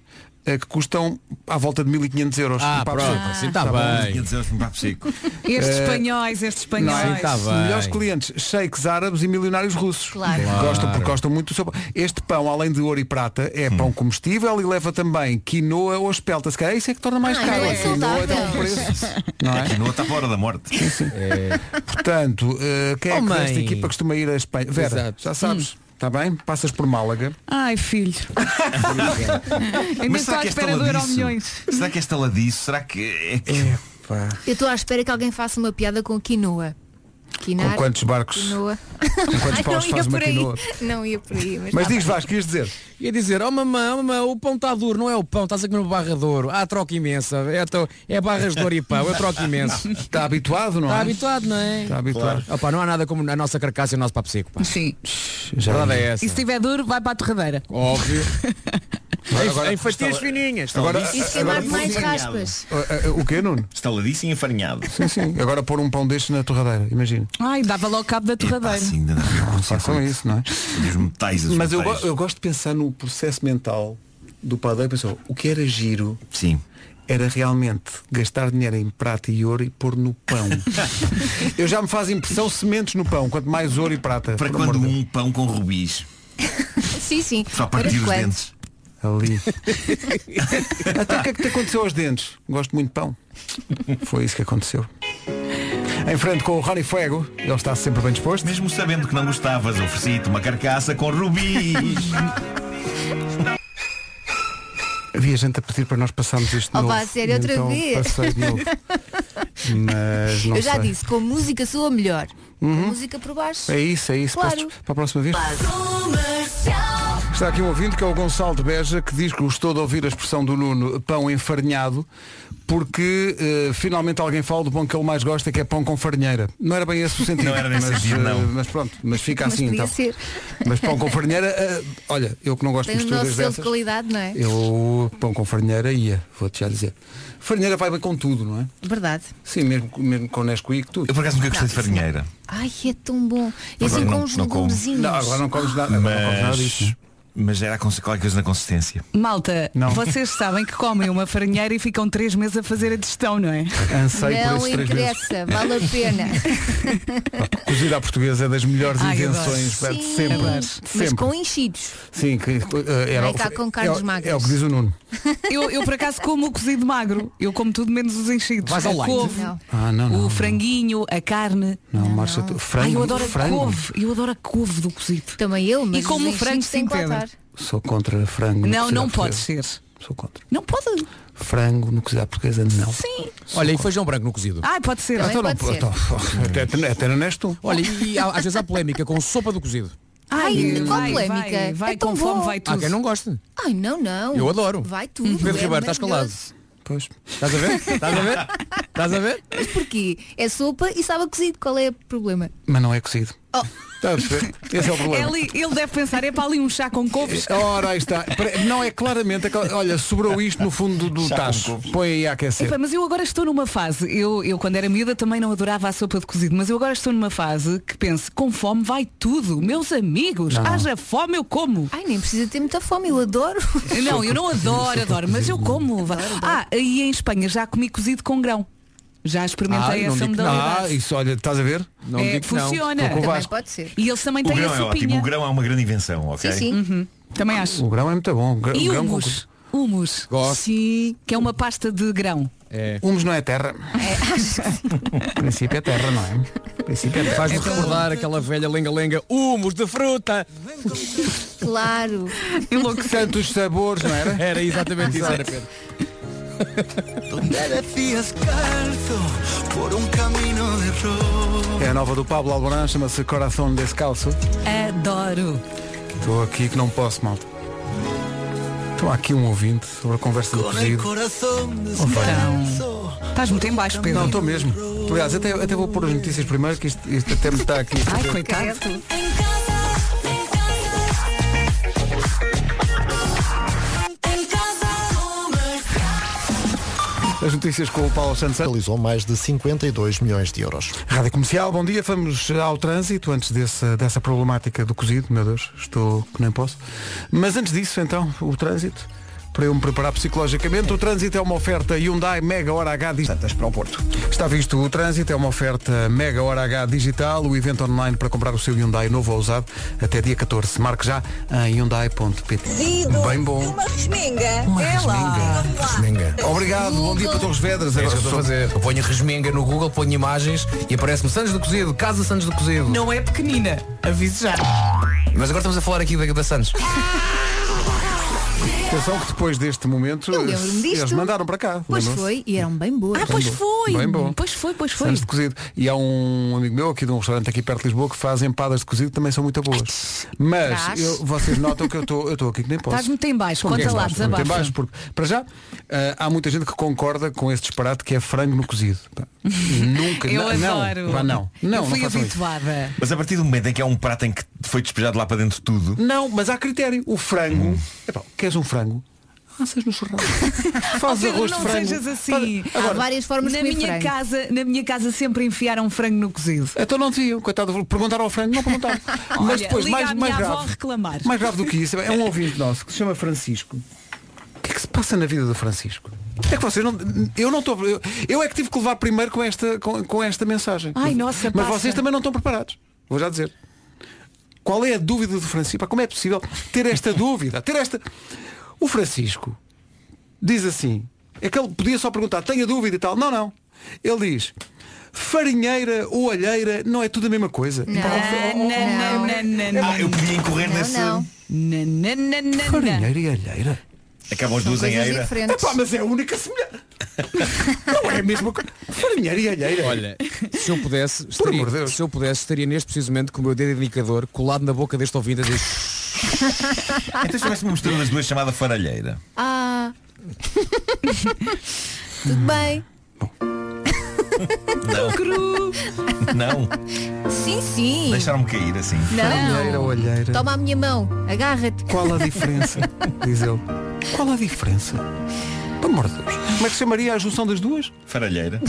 eh, que custam à volta de 1.500 euros.
Ah,
Um papo
pronto,
seco.
assim tá
Tá bom?
bem.
500 euros para psico.
Estes
Eh,
espanhóis, estes espanhóis.
Assim
Não é?
tá
Melhores clientes, sheiks árabes e milionários russos.
Claro.
Gostam,
Claro.
porque gostam muito do seu pão. Este pão, além de ouro e prata, é
Hum.
pão comestível e leva também quinoa ou espelta. Se calhar isso é que torna mais
Ah,
caro.
não é
A quinoa dá um
saudável.
preço. Não
[LAUGHS]
é?
Aqui no outro está fora da morte.
Portanto, eh, quem é
Oh,
que
mãe.
desta equipa costuma ir à Espanha? Vera,
Exato.
já
Hum.
sabes. Está bem? Passas por Málaga. [LAUGHS]
Ai, filho. Ainda estou à espera do Euro milhões.
Será que é ela disso? Será que é que...
Eu estou à espera que alguém faça uma piada com quinoa. Quinar,
Com quantos barcos?
Quinoa.
Com
[LAUGHS]
quantos
Ai,
paus
não ia
faz uma
por aí.
quinoa?
Não ia por aí. Mas,
Mas
tá
diz
bem.
Vasco, ias dizer.
Ia dizer, oh mamãe, oh, mamã, o pão está duro, não é o pão, estás a comer uma barra de ouro. Há troca imensa, é, to- é barras de ouro e pão, é troca imenso.
Está habituado, não é?
Está Tá habituado, não é?
Está habituado.
Opa, não há nada como a nossa carcaça e o nosso papo seco. Pá.
Sim.
Já verdade é
E se
essa.
estiver duro, vai para a torradeira.
Oh.
Óbvio.
Agora-
Em-
agora-
em fatias
estala-
fininhas.
Agora-
Estala-
Isso queimar mais raspas.
Ah, ah, O quê, Nuno?
Estaladiço e enfarinhado.
Sim, sim. Agora pôr um pão deste na torradeira, imagina.
Ai, dava logo cabo da
Ah,
torradeira.
Façam isso, não é?
Dos metais, dos
Mas eu,
metais.
go- eu gosto de pensar no processo mental do padeiro. Pensou, o que era giro
Sim.
era realmente gastar dinheiro em prata e ouro e pôr no
[LAUGHS]
pão. eu já me faz impressão sementes no pão, quanto mais ouro e prata.
Para
por
quando
amor de
um pão com rubis.
Sim, sim.
Só partir os dentes.
Deus.
[LAUGHS]
Ali. Até o que é que te aconteceu aos dentes? Gosto muito de pão. Foi isso que aconteceu. Em frente com o Rony Fuego, ele está sempre bem disposto.
Mesmo sabendo que não gostavas, ofereci-te uma carcaça com rubis.
Havia gente a pedir para nós passarmos este
Opa,
novo.
a sério, outra
então
vez.
Passei de
[LAUGHS]
novo. Mas não
Eu já
sei.
disse, com música soa melhor.
Uhum.
Com música por baixo.
É isso, é isso.
Claro.
Para, para a próxima vez. Está aqui um ouvinte que é o Gonçalo de Beja que diz que gostou de ouvir a expressão do Nuno pão enfarinhado porque eh, finalmente alguém fala do pão que ele mais gosta que é pão com farinheira. Não era bem esse o sentido.
Não era nesse
mas,
sentido,
eh,
não.
mas pronto, mas fica
Mas
assim
podia
então.
ser.
Mas pão com farinheira, eh, olha, eu que não gosto
Tem
de
o nosso
misturas
selo de
dessas.
qualidade, não é?
Eu pão com farinheira ia, vou-te já dizer. Farinheira vai bem com tudo, não é?
Verdade.
Sim, mesmo, mesmo com Nesquik, tudo.
[LAUGHS] Eu por acaso nunca gostei de farinheira.
Ai, é tão bom. E assim
Agora
com
não-
os
não como.
legumezinhos.
Não, agora não comes nada, agora não comes nada
Mas
disso.
Mas era a conse- qualquer coisa na consistência.
Malta,
Não.
[LAUGHS]
vocês sabem que comem uma farinheira e ficam três meses a fazer a digestão, não é?
Anseio por
Não
esses três meses.
interessa, vale a pena.
Cozida à portuguesa é das melhores
Ai, eu
invenções,
gosto.
Beto,
Sim,
sempre.
mas
sempre.
com enchidos.
Sim, que, eh, era,
Não é cá com carnes
é, o-
magras.
é o que diz o Nuno.
Eu, eu por acaso como o cozido magro. Eu como tudo menos os enchidos.
Vais ao
a
leite?
couve,
Não. Ah, não, não,
o franguinho, a carne.
Não, marcha tu. Frango,
Ai, eu adoro
frango.
a couve. Eu adoro a couve do cozido.
Também eu, mas
E como
os
frango
enchidos têm
sem
que lá
pedra.
estar.
Sou contra frango.
Não,
no
não
cozido à
pode
portuguesa.
ser.
Sou contra.
Não pode.
Frango no cozido à portuguesa, não.
Sim.
Olha, e feijão branco no cozido.
Ai, pode ser.
Então não pode- então, até, até não és tu.
Olha, e há- às vezes há polémica com sopa do cozido.
Ai, qual
vai,
polémica?
vai, vai,
é tão
com fome
bom.
Ah,
vai
Há quem não gosta.
Ai, não, não.
Eu adoro.
Vai tudo.
Pedro
é
Ribeiro, estás calado.
maravilhoso.
Pois.
Estás a ver? Estás a ver? Estás a ver?
Mas porquê? É sopa e sabe a cozido. Qual é o problema?
Mas não é cozido. Está a perceber? Esse é o problema.
Ele, ele deve pensar, é para ali um chá com couves.
Ora, aí está. Pre- Não é claramente. aquela- Olha, sobrou isto no fundo do
Chá com
tacho. Põe aí a aquecer.
Epá, mas eu agora estou numa fase, eu, eu quando era miúda também não adorava a sopa de cozido, mas eu agora estou numa fase que penso, com fome vai tudo, meus amigos,
Não.
haja fome, eu como.
Ai, nem precisa ter muita fome, eu adoro.
Não, eu não adoro, adoro, mas eu como. Ah, e em Espanha já comi cozido com grão. Já experimentei
não
é essa
digo que não. Ah,
modalidade.
isso, olha, estás a ver?
É, funciona.
pode ser.
E eles também
O
têm
grão
a
é ótimo.
sopinha.
O grão é uma grande invenção, ok?
Uhum. Também acho.
O grão é muito bom.
E
grão com
humus. Humus. Sim, que é uma pasta de grão.
Humus não é terra. [LAUGHS] O princípio é terra, não é? O princípio é terra.
Faz-me recordar aquela velha lenga-lenga humus de fruta.
Claro.
Tantos sabores, não era?
Era exatamente isso, era
Exato.
Pedro.
Donde decías calzo por un camino de rosa.
É a nova do Pablo Alborán, chama-se Coração Descalço.
Adoro.
Estou aqui que não posso, malta. Estou aqui um ouvinte sobre a conversa do
Con el
cozido.
corazón
descalzo. Então, Estás muito em baixo, Pedro.
Não, estou mesmo. Aliás, até, até vou pôr as notícias primeiro, que isto, é isto até me está aqui.
Ai, coitado.
As notícias com o Paulo Santos
realizou mais de 52 milhões de euros.
Rádio Comercial, bom dia. Vamos ao trânsito antes desse, dessa problemática do cozido. Meu Deus, estou que nem posso. Mas antes disso, então, o trânsito. Para eu me preparar psicologicamente, o trânsito é uma oferta Hyundai Mega Hora H Digital. para o Porto. Está visto o trânsito, é uma oferta Mega Hora H Digital, o evento online para comprar o seu Hyundai novo ou usado até dia 14. Marque já em Hyundai.pt. Bem bom.
resminga. é lá.
Obrigado, bom dia para Torres Vedras.
É isso que eu estou a fazer. Eu ponho resmenga no Google, ponho imagens e aparece-me Santos do Cozido, Casa Santos do Cozido.
Não é pequenina, aviso já.
Mas agora estamos a falar aqui da, da Santos.
Atenção que depois deste momento
Eu lembro-me disto.
eles mandaram para cá.
Pois
lembram-se?
foi, e eram bem boas.
Ah, pois Bem boa. foi. Bem boa.
Pois foi, pois foi.
Sandes de cozido. E há um amigo meu aqui de um restaurante aqui perto de Lisboa que faz empadas de cozido que também são muito boas. Mas
Traz.
eu- vocês notam que eu estou eu estou aqui que nem posso. é
Estás muito em baixo,
Estou muito
conta
em
lá,
baixo, estou muito em
desabafa.
baixo, porque, para já, ah, há muita gente que concorda com esse disparate que é frango no cozido.
[LAUGHS]
Pá, Nunca.
Eu
não,
adoro.
Não, pá, não. Não,
Eu fui
não façam isso.
habituada.
Mas a partir do momento em que há um prato em que foi despejado lá para dentro tudo.
Não, mas há critério. O frango. Epá, queres um frango? Assas no churrasco.
[LAUGHS]
Faz
Oh, Pedro,
arroz de
não
frango.
sejas assim.
Faz- Agora-
na minha casa, Na minha casa sempre enfiaram frango no cozido.
Então não deviam, coitado, perguntar ao frango, não
[LAUGHS]
perguntaram. Mas depois, mais,
à
mais
minha avó
grave.
reclamar.
Mais grave do que isso, é um ouvinte nosso que se chama Francisco. O que é que se passa na vida do Francisco? É que vocês não. Eu não estou. Eu, eu é que tive que levar primeiro com esta, com, com esta mensagem.
Ai, nossa,
Mas
passa.
vocês também não estão preparados. Vou já dizer. Qual é a dúvida do Francisco? Pá, Como é possível ter esta dúvida? Ter esta. O Francisco diz assim. É que ele podia só perguntar, tenho dúvida e tal. Não, não. Ele diz, farinheira ou alheira não é tudo a mesma coisa. Pá,
Ah, Não, não, não, não,
Ah, eu podia incorrer
Não,
nesse.
não. não, não, não, não.
Farinheira e alheira.
Acabam as duas em eira.
Epá, mas é a única [LAUGHS] semelhança. não é a mesma coisa. Farinheira e alheira.
[LAUGHS]
Olha, se eu pudesse, estaria,
amor de Deus.
se eu pudesse, estaria neste precisamente com o meu dedo indicador colado na boca deste ouvinte a dizer
Então se tivesse uma mistura das duas chamada faralheira.
Ah. Tudo bem.
Não.
Cru.
Não.
Sim, sim.
Deixaram-me cair assim.
Não.
ou alheira.
Toma a minha mão. Agarra-te.
Qual a diferença? Diz ele. Qual a diferença? Pelo amor de Deus. Como é que se chamaria a junção das duas?
Faralheira.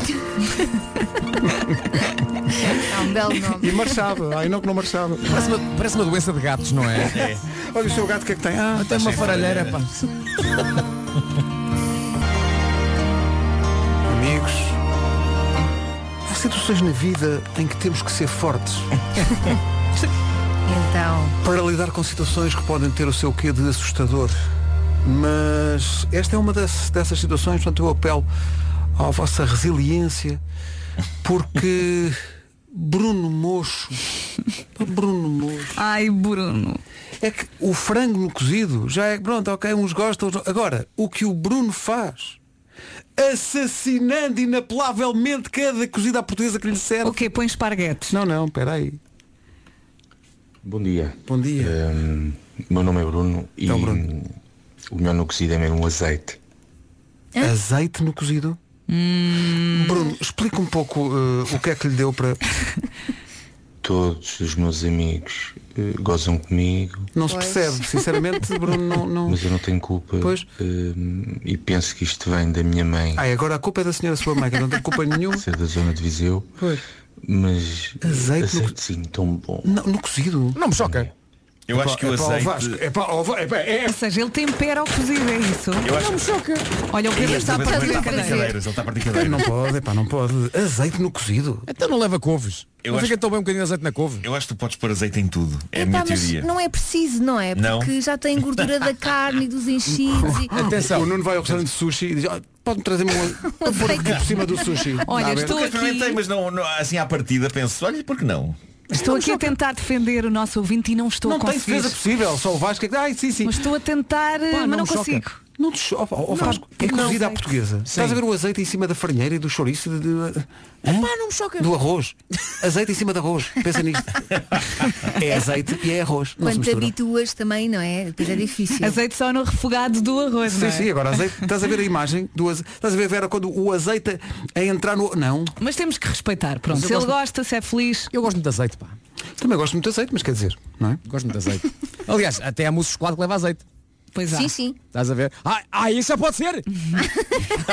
É um belo
[LAUGHS]
nome.
E marchava, ai não que não marchava.
Parece uma, parece uma doença de gatos, não é?
É. Olha o seu gato o que é que tem? Ah,
tem
cheio
uma
de
faralheira, pá.
faralheira. Amigos, há situações na vida em que temos que ser fortes
Então,
para lidar com situações que podem ter o seu quê de assustador. Mas esta é uma das- dessas situações, portanto eu apelo à vossa resiliência, porque Bruno Mocho, Bruno Mocho.
Ai, Bruno.
É que o frango no cozido já é pronto, ok, uns gostam. outros não. Agora, o que o Bruno faz? Assassinando inapelavelmente cada cozida à portuguesa que lhe serve. O
quê? Põe esparguetes?
Não, não, peraí.
Bom dia.
Bom dia.
meu nome é Bruno e
Então,
hum, o melhor no cozido é mesmo o azeite.
Azeite no cozido?
Hum.
Bruno, explica um pouco eh, o que é que lhe deu para.
Todos os meus amigos eh, gozam comigo.
Não se percebe, sinceramente, Bruno, não. não...
Mas eu não tenho culpa
Pois.
hum, e penso que isto vem da minha mãe
Ai, agora a culpa é da senhora sua mãe, que eu não tem culpa nenhuma.
ser da zona de Viseu
Pois.
mas
Azeite no
azeitezinho tão bom
Não, no cozido. Não me choca.
Eu acho que o
é para
azeite-
Vasco, é para o Va- é para- é-
Ou seja, ele tempera o cozido, é isso?
Eu acho- Não me
choca. Olha, o
Ele
Pedro está a
também
partir
está
da
a partir
cadeira.
Ele está a partir
Não, Não pode, epá, não pode. Azeite no cozido.
Então não leva couves.
Eu
não
acho-
fica tão bem um bocadinho de azeite na couve.
Eu acho que tu podes pôr azeite em tudo. É a
pá,
minha
mas
teoria.
não é preciso, não é?
Não.
Porque já tem gordura da carne e dos enchidos e...
Atenção. Ah, O Nuno vai ao restaurante de sushi e diz, "Ah, pode-me trazer
[LAUGHS]
um para pôr aqui por cima do sushi. Está a ver?
Nunca experimentei, mas não, não- assim à partida penso, olha, por que não?
Estou aqui a tentar defender o nosso ouvinte e não estou
Não
a
tem
conseguir.
defesa possível, só o Vasco é que. Ai, sim, sim.
Mas estou a tentar, mas não,
me choca.
consigo.
Não te choca. Ó, ó,
Não,
Vasco, é
não
cozida à
sei.
portuguesa.
Sim.
Estás a ver o azeite em cima da farinheira e do chouriço de, de- Hã?
não me choca.
do arroz. Azeite em cima de arroz. Pensa
[LAUGHS]
nisto. É azeite e é arroz. Não se
Quando te
mistura.
habituas também, não é? Depois é difícil.
Azeite só no refogado do arroz, não
Sim,
é?
sim, agora azeite. Estás a ver a imagem do azeite. Estás a ver, Vera, quando o azeite a entrar no. Não.
Mas temos que respeitar, pronto.
Mas eu
Se ele
gosto-
gosta, se é feliz.
Eu gosto muito de azeite, pá.
Também gosto muito de azeite, mas quer dizer, não é?
Gosto muito de azeite. Aliás, até há mousse de chocolate que leva azeite.
Pois
é.
há. Sim, sim.
Estás a ver? Ah, ah, isso já pode ser!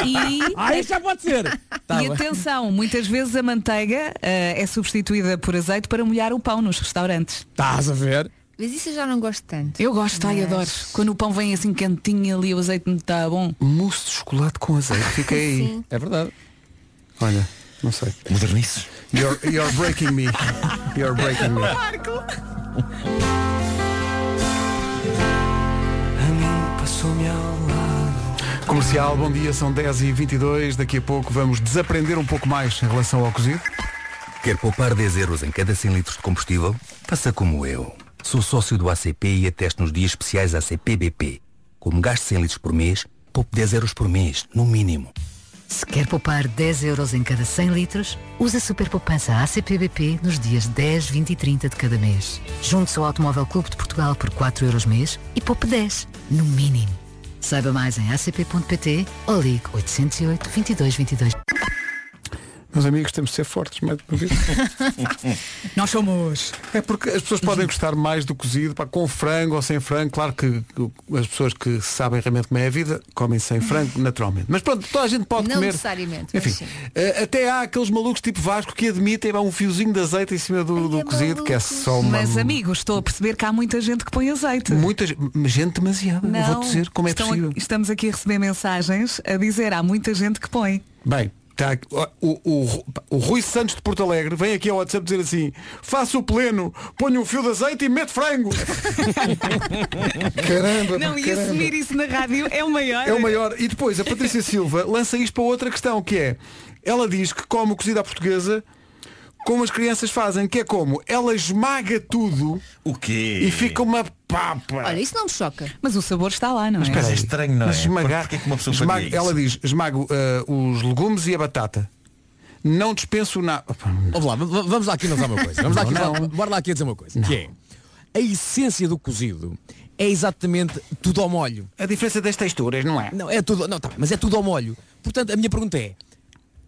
E...
Ah, isso já pode ser! Tá
e
bem.
atenção, muitas vezes a manteiga eh, é substituída por azeite para molhar o pão nos restaurantes.
Estás a ver?
Mas isso eu já não gosto tanto.
Eu gosto, ai,
Mas-
adoro. Quando o pão vem assim cantinho ali, o azeite não está bom.
Mousse de chocolate com azeite. Fica aí.
Sim.
É verdade.
Olha, não sei.
Modernice.
You're, you're breaking me. You're breaking me. Comercial, bom dia, são 10h22. Daqui a pouco vamos desaprender um pouco mais em relação ao cozido.
Quer poupar 10 euros em cada 100 litros de combustível? Faça como eu. Sou sócio do ACP e atesto nos dias especiais ACP BP. Como gasto 100 litros por mês, poupo 10 euros por mês, no mínimo.
Se quer poupar 10 euros em cada 100 litros, use a Super Poupança ACPBP nos dias 10, 20 e 30 de cada mês. Junte-se ao Automóvel Clube de Portugal por 4 euros mês e poupe 10, no mínimo. Saiba mais em acp.pt ou ligue 808 22 22.
Meus amigos, temos de ser fortes, mais do que
Nós somos.
É porque as pessoas podem gostar mais do cozido, pá, com frango ou sem frango. Claro que que as pessoas que sabem realmente como é a vida comem sem frango naturalmente. Mas pronto, toda a gente pode
Não
comer.
necessariamente, mas
Enfim,
sim.
eh, até há aqueles malucos tipo Vasco que admitem pá, um fiozinho de azeite em cima do, do cozido, que é só uma.
Mas amigos, estou a perceber que há muita gente que põe azeite.
Muita ge- gente demasiada. Eu vou dizer como é
estão
possível.
aqui- estamos aqui a receber mensagens a dizer há muita gente que põe.
Bem, tá, aqui- ó, o, o, o Rui Santos de Porto Alegre vem aqui ao WhatsApp dizer assim, faço o pleno, ponho um fio de azeite e mete frango. caramba,
Não, e
caramba.
assumir isso na rádio é o maior.
É o maior. E depois a Patrícia [LAUGHS] Silva lança isto para outra questão, que é, ela diz que come o cozido à portuguesa como as crianças fazem, que é como ela esmaga tudo
O quê?
e fica uma papa.
Olha, isso não me choca.
Mas o sabor está lá, não é?
Espera aí. Mas
Por-
esmagar,
porquê é que uma pessoa
esmago-
faria isso?
Ela diz, esmago eh, os legumes e a batata. Não dispenso nada.
Vamos lá, v- v- vamos lá aqui lançar uma coisa. Vamos lá aqui, falar- Bora lá aqui a dizer uma coisa. Que é, a essência do cozido é exatamente tudo ao molho.
A diferença das texturas, não é?
Não, é tudo, não, tá bem, mas é tudo ao molho. Portanto, a minha pergunta é,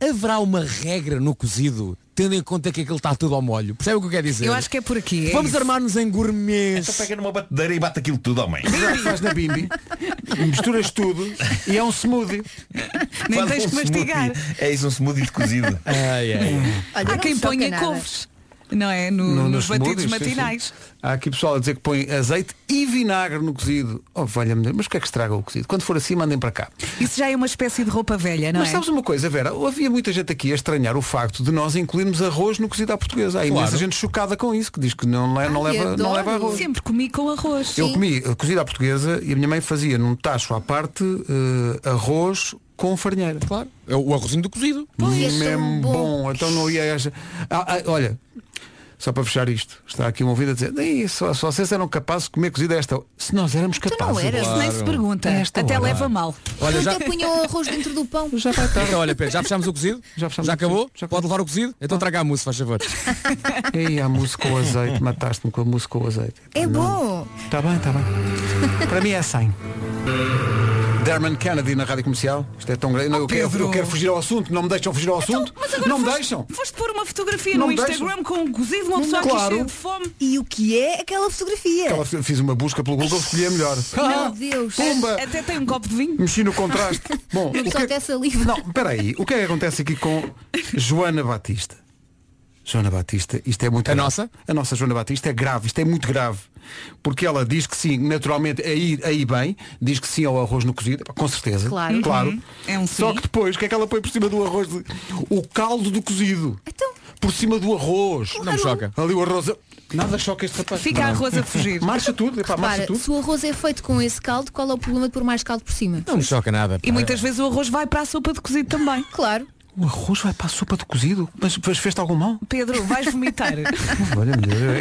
haverá uma regra no cozido, tendo em conta que aquilo está tudo ao molho? Percebe o que eu quero dizer?
Eu acho que é por aqui. é
Vamos
isso.
armar-nos em gourmets.
[LAUGHS]
Então pega numa batedeira e bate aquilo tudo, homem.
Faz na bimbi. Misturas tudo e é um smoothie.
Nem
Faz
tens
um
que mastigar.
smoothie. É isso, um smoothie de cozido.
Há quem ponha couves, não é? No-
No-
nos,
smoothies,
batidos
sim,
matinais.
sim. Há aqui pessoal a dizer que põe azeite e vinagre no cozido. Oh, valha-me, Deus, mas o que é que estraga o cozido? Quando for assim, mandem para cá.
Isso já é uma espécie de roupa velha, não
mas
é?
sabes uma coisa, Vera? Havia muita gente aqui a estranhar o facto de nós incluirmos arroz no cozido à portuguesa. Há imensa
Claro.
gente chocada com isso, que diz que não, le- não
Ai,
leva, não
adoro.
leva arroz.
Sempre comi com arroz.
Eu comi eh, cozido à portuguesa e a minha mãe fazia num tacho à parte eh, arroz com farinheira. Claro. É o arrozinho do cozido.
Pois, é
Mesmo
tão
bom.
bom.
Então não ia essa. Ah, ah, olha, só para fechar isto, está aqui um ouvido a dizer, "Ei, só, só vocês eram capazes de comer cozido a esta. hora." Se nós éramos capazes.
Não era, isso nem se pergunta. Até leva mal.
Olha, já-
Então punham o arroz dentro do pão.
Já vai
Então olha Pedro, já fechámos o cozido? [LAUGHS] Já, acabou? Pode levar o cozido? Então traga a mousse, faz favor.
Ei, a mousse com azeite, mataste-me com a mousse com azeite.
É bom.
Está bem, está bem. Para mim é 100. Derman Kennedy na Rádio Comercial. Isto é tão grande. Não, eu, quero,
Oh, Pedro. Então,
eu quero fugir ao assunto. Não me deixam fugir ao assunto.
Mas agora
não me
foste-
deixam.
Foste pôr uma fotografia
Não
no
me
Instagram com um cozido, uma
Não me deixam.
pessoa aqui cheia
Claro.
de fome.
E o que é aquela fotografia?
Aquela- Fiz uma busca pelo Google, escolhi a melhor. Ah, Pumba!
Até tem um copo de vinho.
Mexi no
[LAUGHS]
contraste. Bom, o que, é
até saliva.
Não, espera aí. O que é que acontece aqui com Joana Batista? Joana Batista, isto é muito A nossa? A nossa Joana Batista é grave, isto é muito grave. Porque ela diz que sim, naturalmente, aí, aí bem, diz que sim ao arroz no cozido, Epá, com certeza.
Claro.
claro.
Uhum. É um
Só
sim.
que depois, o que é que ela põe por cima do arroz? De... O caldo do cozido.
Então,
Por cima do arroz. Não me choca. Ali o arroz. a- Nada choca este rapaz.
Fica
Não.
arroz a fugir.
[LAUGHS] Marcha tudo, epá, marcha
Repara,
tudo.
se o arroz é feito com esse caldo, qual é o problema de pôr mais caldo por cima?
Não me choca nada.
E muitas
vezes o arroz vai para a sopa de cozido também.
Claro.
O arroz vai para a sopa de cozido? Mas, mas fez-te algum mal?
Pedro,
[LAUGHS]
vais vomitar.
Olha,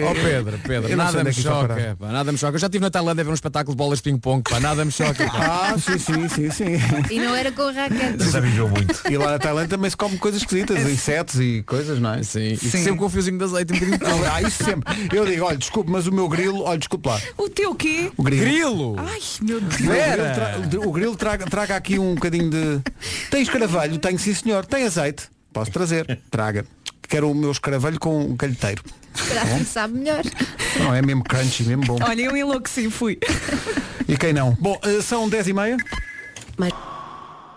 Oh Pedro, Pedro,
Eu não sei
nada
onde
me
é que isto vai parar.
choca, pá, nada me choca. Eu já estive na Tailândia a ver um espetáculo de bolas de ping-pong, pá, nada me choca.
pá. [LAUGHS] Ah, sim, sim, sim, sim.
[LAUGHS]
E não era com raquete.
Já viveu muito. E lá na Tailândia também se come coisas esquisitas, insetos e coisas, não é? Sim.
É. Sim. sempre com um fiozinho de azeite um bocadinho de
[LAUGHS] Ah, isso sempre. Eu digo, olha, desculpe, mas o meu grilo, olha, desculpe lá.
O teu quê?
O grilo.
Ah,
Ai, meu Deus.
O grilo, tra- o grilo traga, traga aqui um bocadinho de. Tem escaravelho? Tenho sim senhor. Tem azeite? Posso trazer. Traga. Quero o meu escaravelho com um calheteiro.
Será que sabe melhor?
Não, é mesmo crunchy, mesmo bom.
Olha, eu enlouqueci, fui.
E quem não? Bom, eh, são 10 e meia.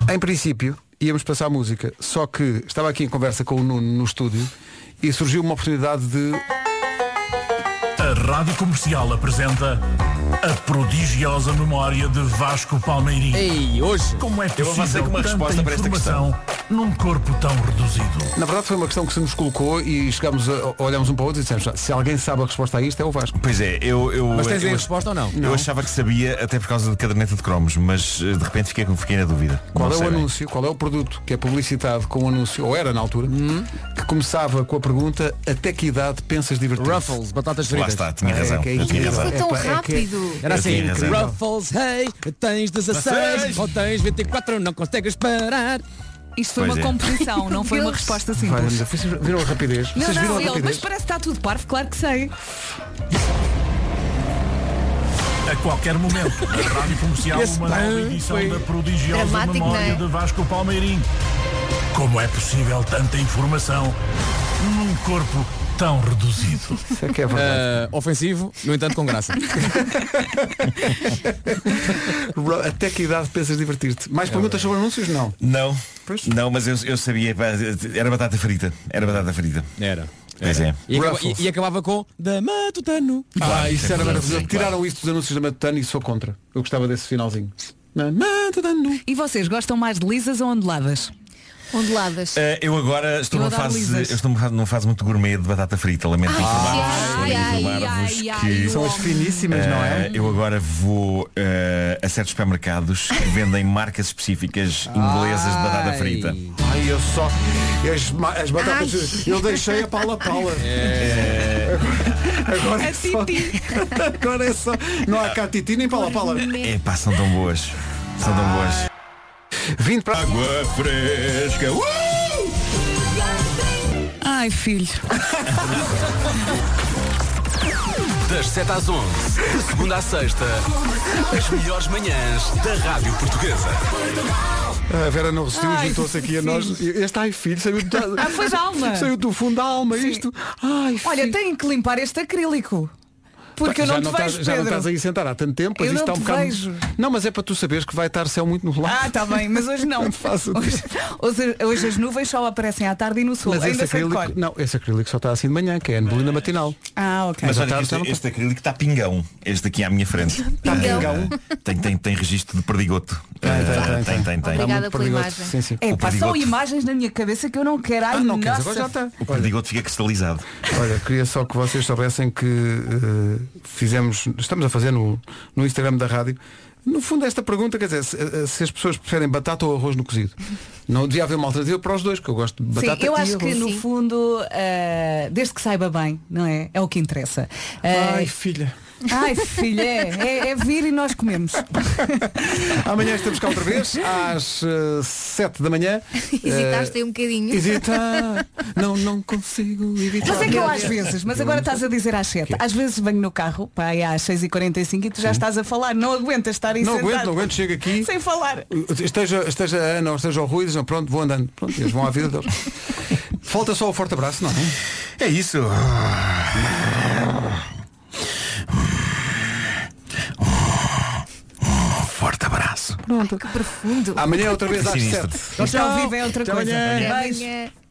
Em princípio, íamos passar a música, só que estava aqui em conversa com o Nuno no estúdio e surgiu uma oportunidade de.
A Rádio Comercial apresenta a prodigiosa memória de Vasco Palmeirinho.
Ei, hoje?
Como é
Eu
possível
avancei com uma
tanta
resposta para esta
informação num corpo tão reduzido?
Na verdade foi uma questão que se nos colocou e chegámos a, olhamos um para o outro e dissemos, se alguém sabe a resposta a isto é o Vasco.
Pois é, eu. eu
Mas tens
eu,
aí a resposta ou não?
Eu
Não.
achava que sabia até por causa de caderneta de cromos, mas eh, de repente fiquei, com- fiquei na dúvida.
Qual
Não
é
sei
o
bem.
anúncio, qual é o produto que é publicitado com o anúncio, ou era na altura,
Hum?
que começava com a pergunta até que idade pensas É, divertir? Ruffles, batatas
Lá fritas. está, tinha razão, eu tinha razão. Foi
é
tão rápido.
Era
Eu
assim,
tinha razão.
Ruffles, hey, tens 16, ou tens 24, não consegues parar.
Isto foi
Pois
uma
é.
composição, não foi uma
Deus.
resposta
Vai,
simples.
André, vocês viram a rapidez?
Não,
Vocês viram
não,
a
ele, mas
rapidez?
parece que está tudo parvo, claro que sei.
A qualquer momento, na Rádio Comercial,
Esse
uma nova
bem
edição
foi
da prodigiosa
dramático,
né?
memória
não
de Vasco Palmeirinho. Como é possível tanta informação num corpo tão reduzido?
é
Ah, ofensivo, no entanto com
[LAUGHS]
graça.
Ru- Até que idade pensas divertir-te?
É
Mais perguntas sobre anúncios? Não.
Não. Não, mas eu, eu sabia, pá, era batata frita. Era batata frita.
Era.
Pois é.
E, acaba- e- e acabava com da Matutano.
ah, isso era maravilhoso.
Sim,
Tiraram isso dos anúncios da Matutano e sou contra. Eu gostava desse finalzinho.
E vocês gostam mais de lisas ou onduladas?
Onduladas.
É.
Eh, eu agora estou
Eu
numa
adoro
fase,
lisas.
eu estou numa fase- numa fase muito gourmet de batata frita, lamento informar-vos.
ai, ai,
Ah,
lamento informar-vos
ai, ai,
que,
ai, São
as finíssimas, não é?
Eh, Eu agora vou eh, a certos supermercados que vendem marcas específicas inglesas de batata frita.
Ai, eu só. As, ma- as batatas. Eu deixei a pala pala.
É.
[LAUGHS] Agora é só. [LAUGHS] Agora é só. Não há cá titi nem pala pala.
É pá, são tão boas. São tão boas.
Vinte para
água fresca. uh!
Ai, filho.
Das 7 às 11, de segunda à sexta, as melhores manhãs da Rádio Portuguesa.
A Vera não resistiu e
Ai,
juntou-se aqui a nós. Este ai filho saiu do,
Ah, foi da alma.
saiu do fundo da alma isto. Ai,
Olha, tenho que limpar este acrílico. Porque eu
já
não te
estás,
vejo,
já não
Pedro.
estás aí sentar há tanto tempo, pois
Eu
isto está
não
um
te
bocado.
vejo.
Não, mas é para tu saberes que vai estar céu muito nublado.
Ah, está bem, mas hoje não.
Faço
hoje, hoje- hoje as nuvens só aparecem à tarde e no sul.
Mas esse
Ainda sei de
acrílico,
cor.
não, esse acrílico só está assim de manhã, que é a nebulina matinal.
Ah, ok.
Mas
à
olha, que
tarde
este,
já não
este acrílico está pingão. Este aqui à minha frente. Está
pingão?
Tem, tem, tem registro de perdigoto. Ah, tem, tem, tem.
Obrigada pela imagem.
É,
O
pá, são
perdigoto-
imagens na minha cabeça que eu não quero. Ai,
Ah, não queres,
nossa.
agora já está.
o perdigoto fica cristalizado.
Olha, queria só que vocês soubessem que eh, fizemos, estamos a fazer no, no Instagram da rádio. No fundo esta pergunta, quer dizer, se, eh, se as pessoas preferem batata ou arroz no cozido. Não devia haver uma alternativa para os dois, que eu gosto de batata
Sim, eu
e
acho que
arroz.
no fundo, ah, desde que saiba bem, não é? É o que interessa. Ah,
Ai, filha.
Ai, filha, é, é- é vir e nós comemos.
Amanhã estamos cá outra vez, às eh, 7 da
[LAUGHS]
manhã. Eh,
Hesitaste aí um bocadinho.
Hesitar. Não, não consigo evitar.
Mas é que eu às vezes, mas agora estás a dizer às 7. Às vezes venho no carro, pá, aí às 6h45 e tu já estás a falar, não aguentas estar aí
Não aguento,
sentado.
não aguento, chego aqui.
Sem falar.
Esteja, esteja a Ana ou esteja o Rui, dizem, pronto, vou andando. Pronto, eles vão à vida deles. Falta só o forte abraço, não é?
É isso. Forte abraço.
é
Que profundo.
Amanhã outra vez às
Sinistro.
7.
Isto ao vivo é outra
Então, Até
coisa.
amanhã.
Beijo.
Amanhã.